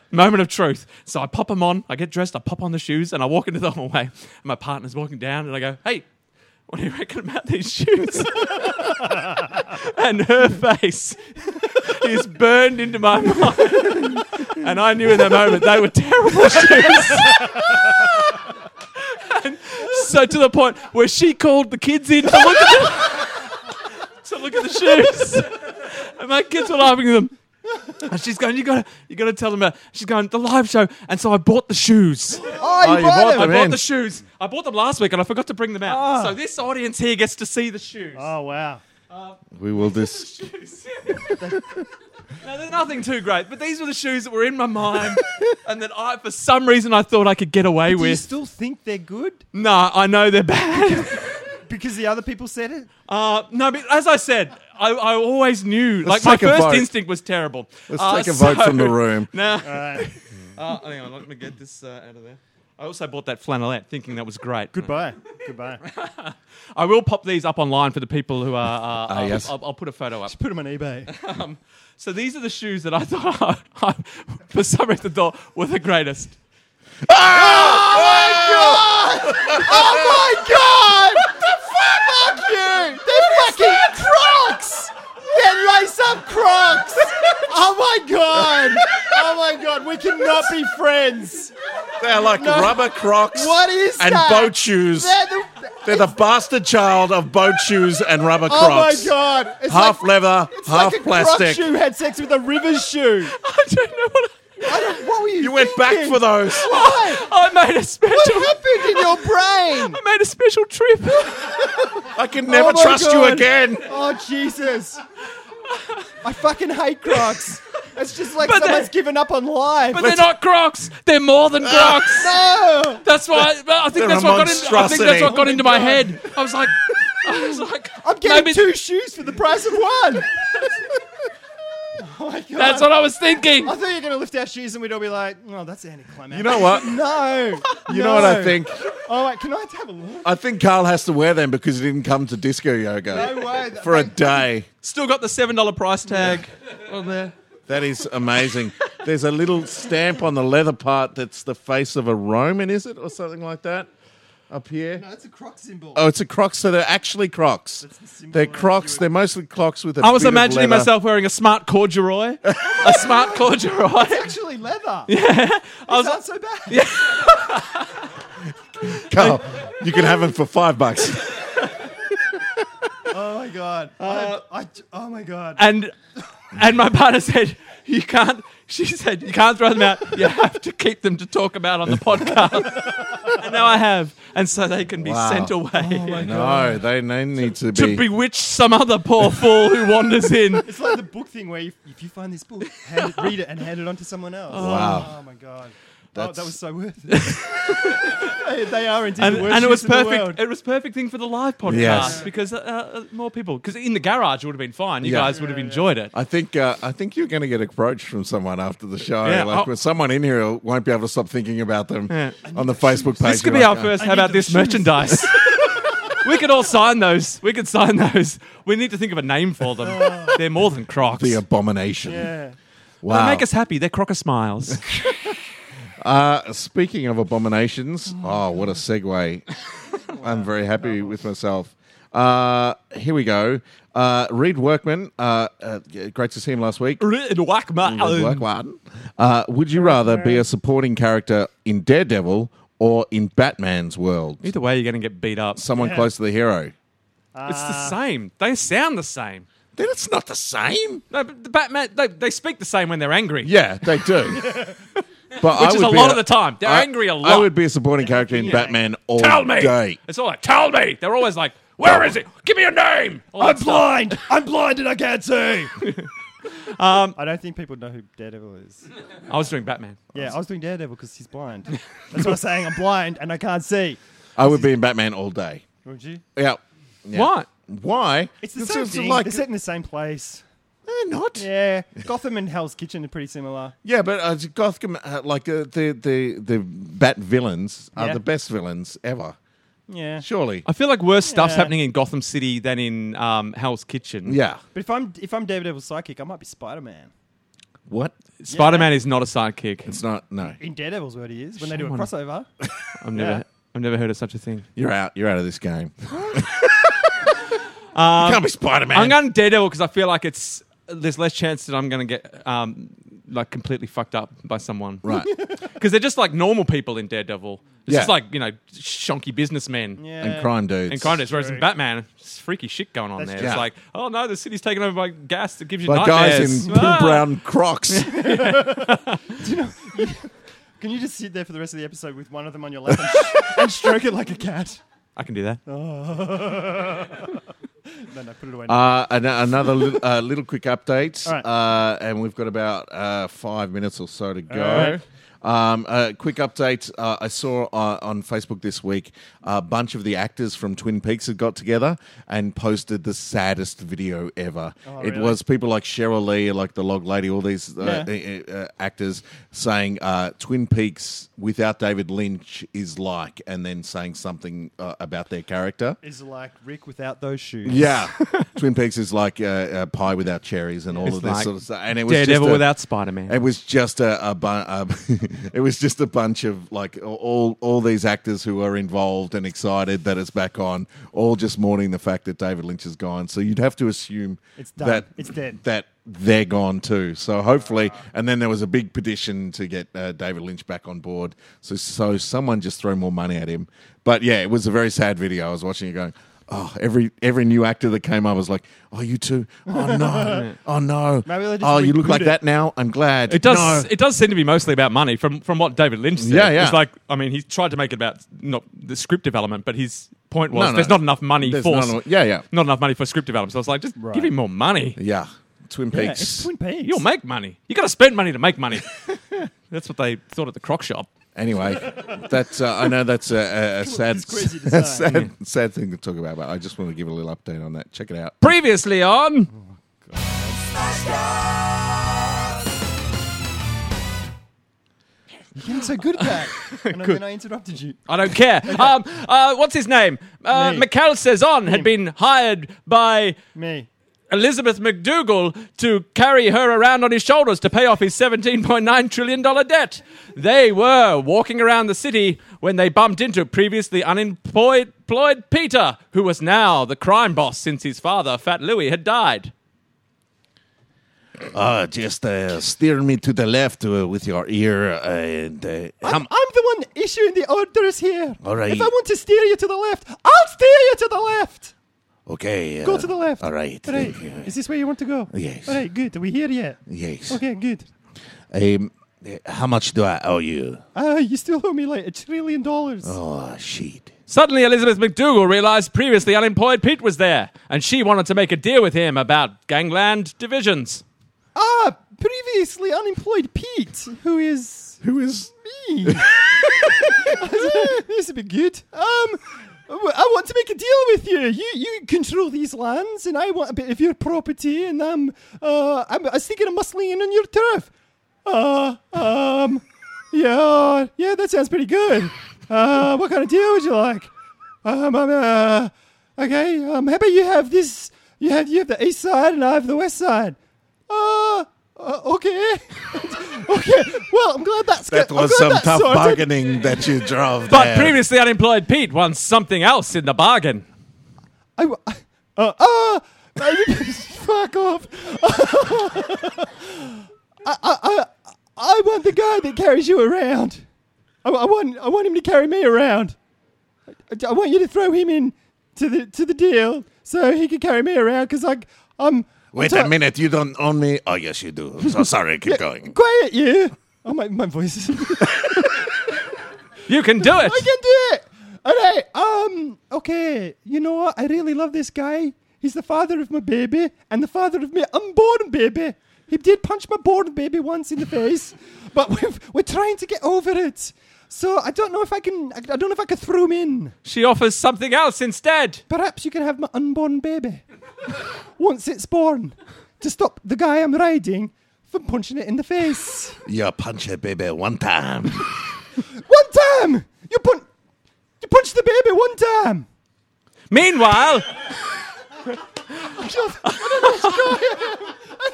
Speaker 3: Moment of truth. So I pop them on. I get dressed. I pop on the shoes and I walk into the hallway. And my partner's walking down and I go, hey. What do you reckon about these shoes? and her face is burned into my mind. And I knew in that moment they were terrible shoes. And so to the point where she called the kids in to look at the, to look at the shoes. And my kids were laughing at them. And she's going, you got to, you got to tell them about. She's going the live show, and so I bought the shoes.
Speaker 1: Oh, you bought
Speaker 3: I
Speaker 1: them Ah.
Speaker 3: bought
Speaker 1: in.
Speaker 3: the shoes. I bought them last week, and I forgot to bring them out. So this audience here gets to see the shoes.
Speaker 1: Ah.
Speaker 4: Oh wow.
Speaker 1: We will this.
Speaker 3: Now, they're nothing too great, but these were the shoes that were in my mind, and that I, for some reason, I thought I could get away
Speaker 4: Do you
Speaker 3: with.
Speaker 4: still think they're good
Speaker 3: Nah, I know they're bad.
Speaker 4: because the other people said it?
Speaker 3: Uh, no, but as I said, I, I always knew.
Speaker 1: Let's
Speaker 3: like
Speaker 1: take
Speaker 3: my
Speaker 1: a
Speaker 3: first
Speaker 1: vote.
Speaker 3: instinct was terrible.
Speaker 1: Let's
Speaker 3: Uh,
Speaker 1: take a vote
Speaker 3: so-
Speaker 1: from the room.
Speaker 3: Nah.
Speaker 4: Alright.
Speaker 3: Uh, hang on, let me get this uh, out of there. I also bought that flannelette, thinking that was great.
Speaker 4: Goodbye. Goodbye.
Speaker 3: I will pop these up online for the people who are. Uh, I'll,
Speaker 1: Ah, yes.
Speaker 3: I'll, I'll put a photo up.
Speaker 4: Put them on eBay.
Speaker 3: So these are the shoes that I thought, I, for some reason, thought were the greatest.
Speaker 1: Oh my god! What the fuck? Fuck you! They're fucking Crocs! They're lace up Crocs!
Speaker 4: Oh my god! Oh my god! We cannot be friends.
Speaker 1: They're like rubber Crocs.
Speaker 4: What is
Speaker 1: and
Speaker 4: that?
Speaker 1: boat shoes.
Speaker 4: They're the-
Speaker 1: They're the bastard child of boat shoes and rubber
Speaker 4: oh my
Speaker 1: Crocs.
Speaker 4: god! It's
Speaker 1: Half
Speaker 4: like,
Speaker 1: leather,
Speaker 4: it's
Speaker 1: half
Speaker 4: like a Croc
Speaker 1: plastic.
Speaker 4: shoe had sex with a river shoe.
Speaker 3: I don't know what.
Speaker 4: I don't, what were you?
Speaker 1: You went back
Speaker 4: thinking?
Speaker 1: for those.
Speaker 4: Why?
Speaker 3: I, I made a special.
Speaker 4: What happened in your brain?
Speaker 3: I made a special trip.
Speaker 1: I can never
Speaker 4: Oh my
Speaker 1: trust you
Speaker 4: God.
Speaker 1: again.
Speaker 4: Oh Jesus! I fucking hate Crocs. It's just like
Speaker 3: But
Speaker 4: someone's
Speaker 3: they're-
Speaker 4: given up on life.
Speaker 3: But they're not Crocs. They're more
Speaker 1: Ah.
Speaker 3: than Crocs.
Speaker 4: no.
Speaker 3: That's why. I think
Speaker 1: They're
Speaker 3: that's
Speaker 1: a
Speaker 3: what got. In, I think that's
Speaker 1: monstrosity.
Speaker 3: what got into my head. I was like, I was like,
Speaker 4: I'm getting
Speaker 3: maybe
Speaker 4: two shoes for the price of one. oh my god!
Speaker 3: That's what I was thinking.
Speaker 4: I thought you were gonna lift our shoes and we'd all be like, "Oh, that's anticlimactic."
Speaker 1: You know what?
Speaker 4: No.
Speaker 1: You know what I think?
Speaker 4: All right, can I have a look?
Speaker 1: I think Carl has to wear them because he didn't come to disco yoga
Speaker 4: No way.
Speaker 1: for a day.
Speaker 3: Still got the seven dollar price tag on there.
Speaker 1: That is amazing. There's a little stamp on the leather part that's the face of a Roman, is it, or something like that, up here?
Speaker 4: That's a croc symbol.
Speaker 1: Oh, it's a Crocs. So they're actually Crocs.
Speaker 4: symbol
Speaker 1: they're
Speaker 4: of
Speaker 1: Crocs. They're mostly Crocs with a.
Speaker 3: I was
Speaker 1: bit of
Speaker 3: imagining
Speaker 1: leather.
Speaker 3: myself wearing a smart corduroy, a smart corduroy.
Speaker 4: Actually, leather. Yeah. I was not so bad. Yeah.
Speaker 1: Carl, you can have them for five bucks.
Speaker 4: Oh my god.
Speaker 1: Uh,
Speaker 4: I, I, oh my god.
Speaker 3: and and my partner said you can't she said you can't throw them out you have to keep them to talk about on the podcast and now i have and so they can be
Speaker 1: Wow.
Speaker 3: sent away
Speaker 1: No, they, they need to
Speaker 3: to
Speaker 1: be.
Speaker 3: bewitch some other poor fool who wanders in
Speaker 4: It's like the book thing where you, if you find this book, hand it, read it and hand it on to someone else.
Speaker 1: Wow.
Speaker 4: Oh my god. Oh,
Speaker 1: That's-
Speaker 4: that was so worth it. they, they are indeed
Speaker 3: and,
Speaker 4: the worst
Speaker 3: and it was
Speaker 4: shoes in the world.
Speaker 3: perfect it was perfect thing for the live podcast
Speaker 1: Yes.
Speaker 3: because uh, uh, more people because in the garage it would have been fine you
Speaker 1: Yeah.
Speaker 3: guys would have enjoyed it
Speaker 1: I think uh, I think you're going to get approached from someone after the show.
Speaker 3: Yeah,
Speaker 1: like
Speaker 3: I'll-
Speaker 1: when someone in here won't be able to stop thinking about them
Speaker 3: Yeah.
Speaker 1: on the Facebook page.
Speaker 3: this could
Speaker 1: You're
Speaker 3: be our
Speaker 1: like, "Ah,
Speaker 3: first
Speaker 4: I
Speaker 3: how
Speaker 4: need
Speaker 3: about
Speaker 4: those
Speaker 3: this
Speaker 4: shoes.
Speaker 3: merchandise we could all sign those we could sign those we need to think of a name for them
Speaker 4: Oh.
Speaker 3: they're more than crocs
Speaker 1: The abomination.
Speaker 4: Yeah.
Speaker 1: Wow.
Speaker 3: They make us happy. They're crocker smiles.
Speaker 1: Uh, speaking of abominations, oh, what a segue. I'm very happy with myself. Uh, here we go. Uh, Reed Workman, uh, uh, great to see him last week. Reed Workman. Uh, would you rather be a supporting character in Daredevil or in Batman's world?
Speaker 3: Either way, you're going to get beat up.
Speaker 1: Someone close to the hero.
Speaker 3: it's
Speaker 4: Ah.
Speaker 3: the same. They sound the same.
Speaker 1: Then it's not the same.
Speaker 3: No, but the Batman, they, they speak the same when they're angry.
Speaker 1: Yeah, they do. But
Speaker 3: Which
Speaker 1: I
Speaker 3: is
Speaker 1: would
Speaker 3: a
Speaker 1: be
Speaker 3: lot of the time. They're
Speaker 1: I-
Speaker 3: angry a
Speaker 1: I
Speaker 3: lot.
Speaker 1: would be a supporting character in Batman all
Speaker 3: Tell me.
Speaker 1: day.
Speaker 3: It's all like, tell me. They're always like, where is it? Give me a name. I'm blind.
Speaker 4: I'm blind and I can't see. um, I don't think people know who Daredevil is.
Speaker 3: I was doing Batman.
Speaker 4: Yeah, I was doing Daredevil because he's blind. That's what I'm saying. I'm blind and I can't see.
Speaker 1: I would be in Batman all day.
Speaker 4: Would you?
Speaker 1: Yeah. Yeah.
Speaker 3: What?
Speaker 1: Why?
Speaker 4: It's the
Speaker 1: This
Speaker 4: same
Speaker 1: is
Speaker 4: thing.
Speaker 1: Like,
Speaker 4: They're set in the same place.
Speaker 1: they're not. Yeah,
Speaker 4: Yeah, Gotham and Hell's Kitchen are pretty similar.
Speaker 1: but uh, Gotham, uh, like uh, the the the Bat villains are
Speaker 4: Yeah.
Speaker 1: the best villains ever.
Speaker 4: Yeah,
Speaker 1: Surely.
Speaker 3: I feel like worse stuff's
Speaker 4: Yeah.
Speaker 3: happening in Gotham City than in um, Hell's Kitchen.
Speaker 1: Yeah.
Speaker 4: but if I'm if I'm Daredevil's psychic, I might be Spider Man.
Speaker 1: What?
Speaker 3: Spider Man is not a sidekick.
Speaker 1: It's not. No.
Speaker 4: In Daredevil's word, he is when they do a
Speaker 3: Someone-
Speaker 4: crossover.
Speaker 3: I've never,
Speaker 4: Yeah.
Speaker 3: I've never heard of such a thing.
Speaker 1: You're out. You're out of this game. you can't be Spider Man.
Speaker 3: I'm going Daredevil because I feel like it's there's less chance that I'm going to get um, like completely fucked up by someone.
Speaker 1: Right.
Speaker 3: Because they're just like normal people in Daredevil. It's
Speaker 1: Yeah.
Speaker 3: just like, you know, shonky businessmen.
Speaker 4: Yeah.
Speaker 1: and crime dudes.
Speaker 3: And kind of, whereas in
Speaker 4: True.
Speaker 3: Batman, it's freaky shit going on
Speaker 4: That's
Speaker 3: there.
Speaker 1: true.
Speaker 3: It's
Speaker 1: Yeah.
Speaker 3: like, oh no, the city's taken over by gas that gives you
Speaker 1: Like
Speaker 3: nightmares.
Speaker 1: guys in pale
Speaker 3: Ah.
Speaker 1: brown crocs.
Speaker 4: Can you just sit there for the rest of the episode with one of them on your lap and, sh- and stroke it like a cat?
Speaker 3: I can do that.
Speaker 4: No, no, put it away. now.
Speaker 1: Uh, an- another little, uh, little quick update,
Speaker 4: All right.
Speaker 1: uh, and we've got about uh, five minutes or so to go.
Speaker 4: right.
Speaker 1: Um, uh, quick update. Uh, I saw uh, on Facebook this week a bunch of the actors from Twin Peaks had got together and posted the saddest video ever. it
Speaker 4: Oh, really?
Speaker 1: was people like Cheryl Lee, like the Log Lady, all these uh,
Speaker 4: Yeah.
Speaker 1: uh, uh, actors saying uh, Twin Peaks without David Lynch is like, and then saying something uh, about their character.
Speaker 4: Is like Rick without those shoes.
Speaker 1: Yeah, Twin Peaks is like uh, uh, pie without cherries and all
Speaker 3: It's
Speaker 1: of this
Speaker 3: like
Speaker 1: sort of stuff. And it was
Speaker 3: Daredevil
Speaker 1: just a,
Speaker 3: without Spider Man.
Speaker 1: It was just a, a, bu- a it was just a bunch of like all all these actors who are involved and excited that it's back on, all just mourning the fact that David Lynch is gone. So you'd have to assume
Speaker 4: It's done.
Speaker 1: that
Speaker 4: It's dead.
Speaker 1: that they're gone too. So hopefully, and then there was a big petition to get uh, David Lynch back on board. So so someone just throw more money at him. But yeah, it was a very sad video. I was watching it going. Oh, every every new actor that came up was like, "Oh, you too! Oh no! Oh no!
Speaker 4: Maybe they just
Speaker 1: oh, you look
Speaker 4: rebooted
Speaker 1: like
Speaker 4: it."
Speaker 1: that now. I'm glad."
Speaker 3: It does.
Speaker 1: No.
Speaker 3: It does seem to be mostly about money, from from what David Lynch said.
Speaker 1: Yeah, yeah.
Speaker 3: It's like, I mean, he tried to make it about not the script development, but his point was
Speaker 1: No, no.
Speaker 3: there's not enough money
Speaker 1: There's
Speaker 3: for
Speaker 1: not enough- yeah, yeah.
Speaker 3: not enough money for script development. So I was like, just give him more money.
Speaker 1: Yeah, Twin
Speaker 4: Yeah,
Speaker 1: Peaks.
Speaker 4: it's Twin Peaks.
Speaker 3: You'll make money. You got to spend money to make money. That's what they thought at the croc shop.
Speaker 1: Anyway, that's uh, I know that's a, a, a sad,
Speaker 4: it's crazy
Speaker 1: a
Speaker 4: design.
Speaker 1: sad, sad thing to talk about. But I just want to give a little update on that. Check it out.
Speaker 3: Previously on.
Speaker 4: You're getting so good at that. and then I interrupted you.
Speaker 3: I don't care. Um, uh, what's his name? Uh,
Speaker 4: Me.
Speaker 3: McAllister's on had been hired by
Speaker 4: Me.
Speaker 3: Elizabeth McDougall to carry her around on his shoulders to pay off his $17.9 trillion debt. They were walking around the city when they bumped into previously unemployed employed Peter, who was now the crime boss since his father, Fat Louis, had died.
Speaker 1: Uh, just uh, steer me to the left uh, with your ear, uh, and uh,
Speaker 4: I'm, Um, I'm the one issuing the orders here.
Speaker 1: All right.
Speaker 4: If I want to steer you to the left, I'll steer you to the left.
Speaker 1: okay. Uh,
Speaker 4: Go to the left.
Speaker 1: All right.
Speaker 4: All right. Is this where you want to go?
Speaker 1: Yes.
Speaker 4: All right, good. Are we here yet?
Speaker 1: Yes.
Speaker 4: Okay, good.
Speaker 1: Um, uh, how much do I owe you?
Speaker 4: Ah, you still owe me like a trillion dollars.
Speaker 1: Oh, shit.
Speaker 3: Suddenly, Elizabeth McDougall realized previously unemployed Pete was there, and she wanted to make a deal with him about gangland divisions.
Speaker 4: Ah, previously unemployed Pete, who is
Speaker 1: Who is?
Speaker 4: me. this would be good. Um, w- I want to make a deal with you. You you control these lands, and I want a bit of your property. And I'm uh I'm I was thinking of muscling in on your turf. Uh um, yeah yeah that sounds pretty good. Uh, what kind of deal would you like? Um, I'm uh okay. Um, how about you have this? You have you have the east side, and I have the west side. Uh. Uh, okay. okay. Well, I'm glad that's
Speaker 1: That
Speaker 4: I'm
Speaker 1: was
Speaker 4: glad
Speaker 1: some
Speaker 4: that's
Speaker 1: tough
Speaker 4: sorted.
Speaker 1: bargaining that you drove.
Speaker 3: But
Speaker 1: there.
Speaker 3: previously unemployed Pete won something else in the bargain.
Speaker 4: I w- uh, uh, fuck off. I, I, I, I want the guy that carries you around. I, I want I want him to carry me around. I, I want you to throw him in to the to the deal so he can carry me around because I I'm
Speaker 1: Wait
Speaker 4: I'm
Speaker 1: a
Speaker 4: ti-
Speaker 1: minute, you don't own me? Oh, yes, you do. So sorry, keep going.
Speaker 4: Quiet you. Oh my my voice is.
Speaker 3: You can do it.
Speaker 4: I can do it. All right. Um. Okay. You know what? I really love this guy. He's the father of my baby and the father of my unborn baby. He did punch my born baby once in the face, but we're, we're trying to get over it. So I don't know if I can. I don't know if I can throw him in.
Speaker 3: She offers something else instead.
Speaker 4: Perhaps you can have my unborn baby once it's born to stop the guy I'm riding from punching it in the face.
Speaker 1: You punch a baby one time.
Speaker 4: One time you punch, you punch the baby one time.
Speaker 3: Meanwhile,
Speaker 4: I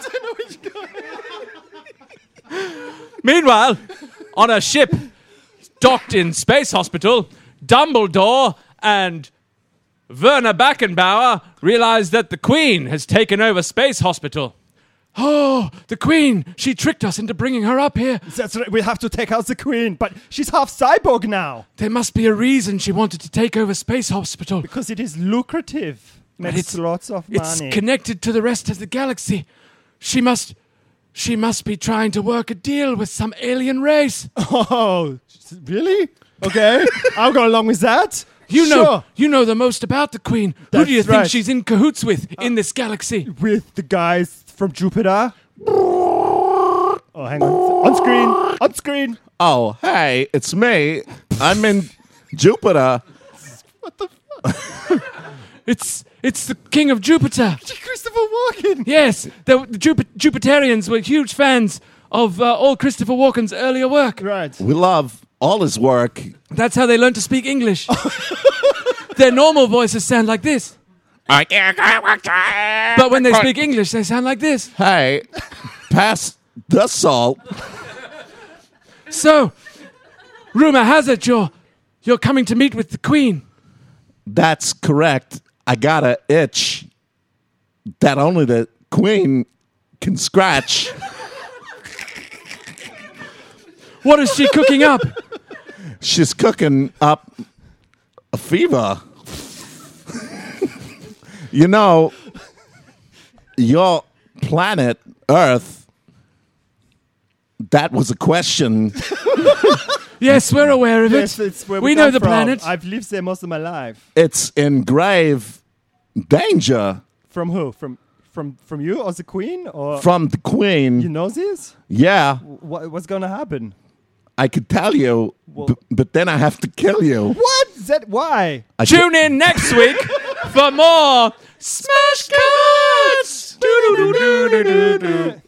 Speaker 4: don't know which guy.
Speaker 3: meanwhile, on a ship docked in Space Hospital, Dumbledore and Werner Backenbauer realize that the Queen has taken over Space Hospital. Oh, the Queen! She tricked us into bringing her up here.
Speaker 4: That's right. We have to take out the queen, but she's half cyborg now
Speaker 3: There must be a reason she wanted to take over Space Hospital.
Speaker 4: because it is lucrative. Makes
Speaker 3: it's-
Speaker 4: lots of
Speaker 3: It's
Speaker 4: money.
Speaker 3: connected to the rest of the galaxy. She must. She must be trying to work a deal with some alien race.
Speaker 4: oh, really? Okay, I'll go along with that.
Speaker 3: You know,
Speaker 4: Sure.
Speaker 3: you know the most about the Queen. Who
Speaker 4: That's
Speaker 3: do you think
Speaker 4: right. Uh,
Speaker 3: she's in cahoots with in this galaxy?
Speaker 4: with the guys from Jupiter. Oh, hang on. On screen. On screen.
Speaker 1: Oh, hey, it's me. I'm in Jupiter.
Speaker 3: It's it's the King of Jupiter.
Speaker 4: Christopher Walken.
Speaker 3: Yes, the, the Jupi- Jupiterians were huge fans of uh, all Christopher Walken's earlier work.
Speaker 4: Right.
Speaker 1: We love all his work.
Speaker 3: That's how they learn to speak English.
Speaker 4: Oh.
Speaker 3: Their normal voices sound like this, but when they speak English, they sound like this.
Speaker 1: Hey, pass the salt.
Speaker 3: So, rumor has it you're you're coming to meet with the Queen.
Speaker 1: That's correct. I got a itch that only the queen can scratch.
Speaker 3: What is she cooking up?
Speaker 1: She's cooking up a fever. you know, your planet Earth. That was a question.
Speaker 3: Yes, we're aware of it.
Speaker 4: Yes, it's where
Speaker 3: we,
Speaker 4: we,
Speaker 3: know
Speaker 4: come
Speaker 3: the
Speaker 4: from.
Speaker 3: planet.
Speaker 4: I've lived there most of my life.
Speaker 1: It's in grave danger
Speaker 4: From who? From from from you or the Queen or
Speaker 1: from the
Speaker 4: you
Speaker 1: queen.
Speaker 4: know this?
Speaker 1: Yeah,
Speaker 4: What, what's gonna happen?
Speaker 1: I could tell you, b- but then I have to kill you.
Speaker 4: What? Is that why?
Speaker 1: I ca-
Speaker 3: Tune in next week for more Smash Cuts. Doo-doo-doo-doo-doo-doo.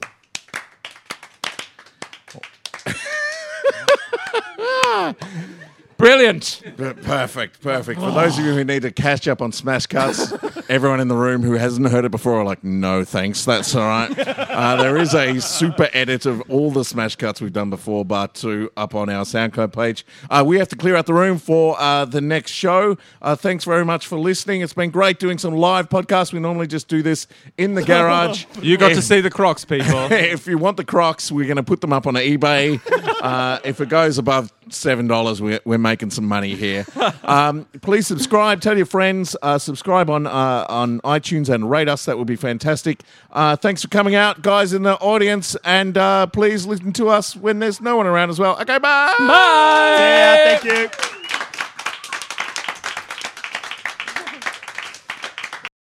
Speaker 3: Brilliant.
Speaker 1: Per- Perfect, perfect. For those of you who need to catch up on Smash Cuts, everyone in the room who hasn't heard it before are like, no, thanks, that's all right. Uh, there is a super edit of all the Smash Cuts we've done before, bar two, up on our SoundCloud page. Uh, we have to clear out the room for uh, the next show. Uh, thanks very much for listening. It's been great doing some live podcasts. We normally just do this in the garage.
Speaker 3: You got
Speaker 1: If-
Speaker 3: to see the Crocs, people.
Speaker 1: if you want the Crocs, we're going to put them up on eBay. Uh, if it goes above seven dollars, we're, we're making some money here. Um, please subscribe. Tell your friends. Uh, subscribe on uh, on iTunes and rate us. That would be fantastic. Uh, thanks for coming out, guys in the audience, and uh, please listen to us when there's no one around as well. Okay, bye.
Speaker 3: Bye.
Speaker 4: Yeah, thank you.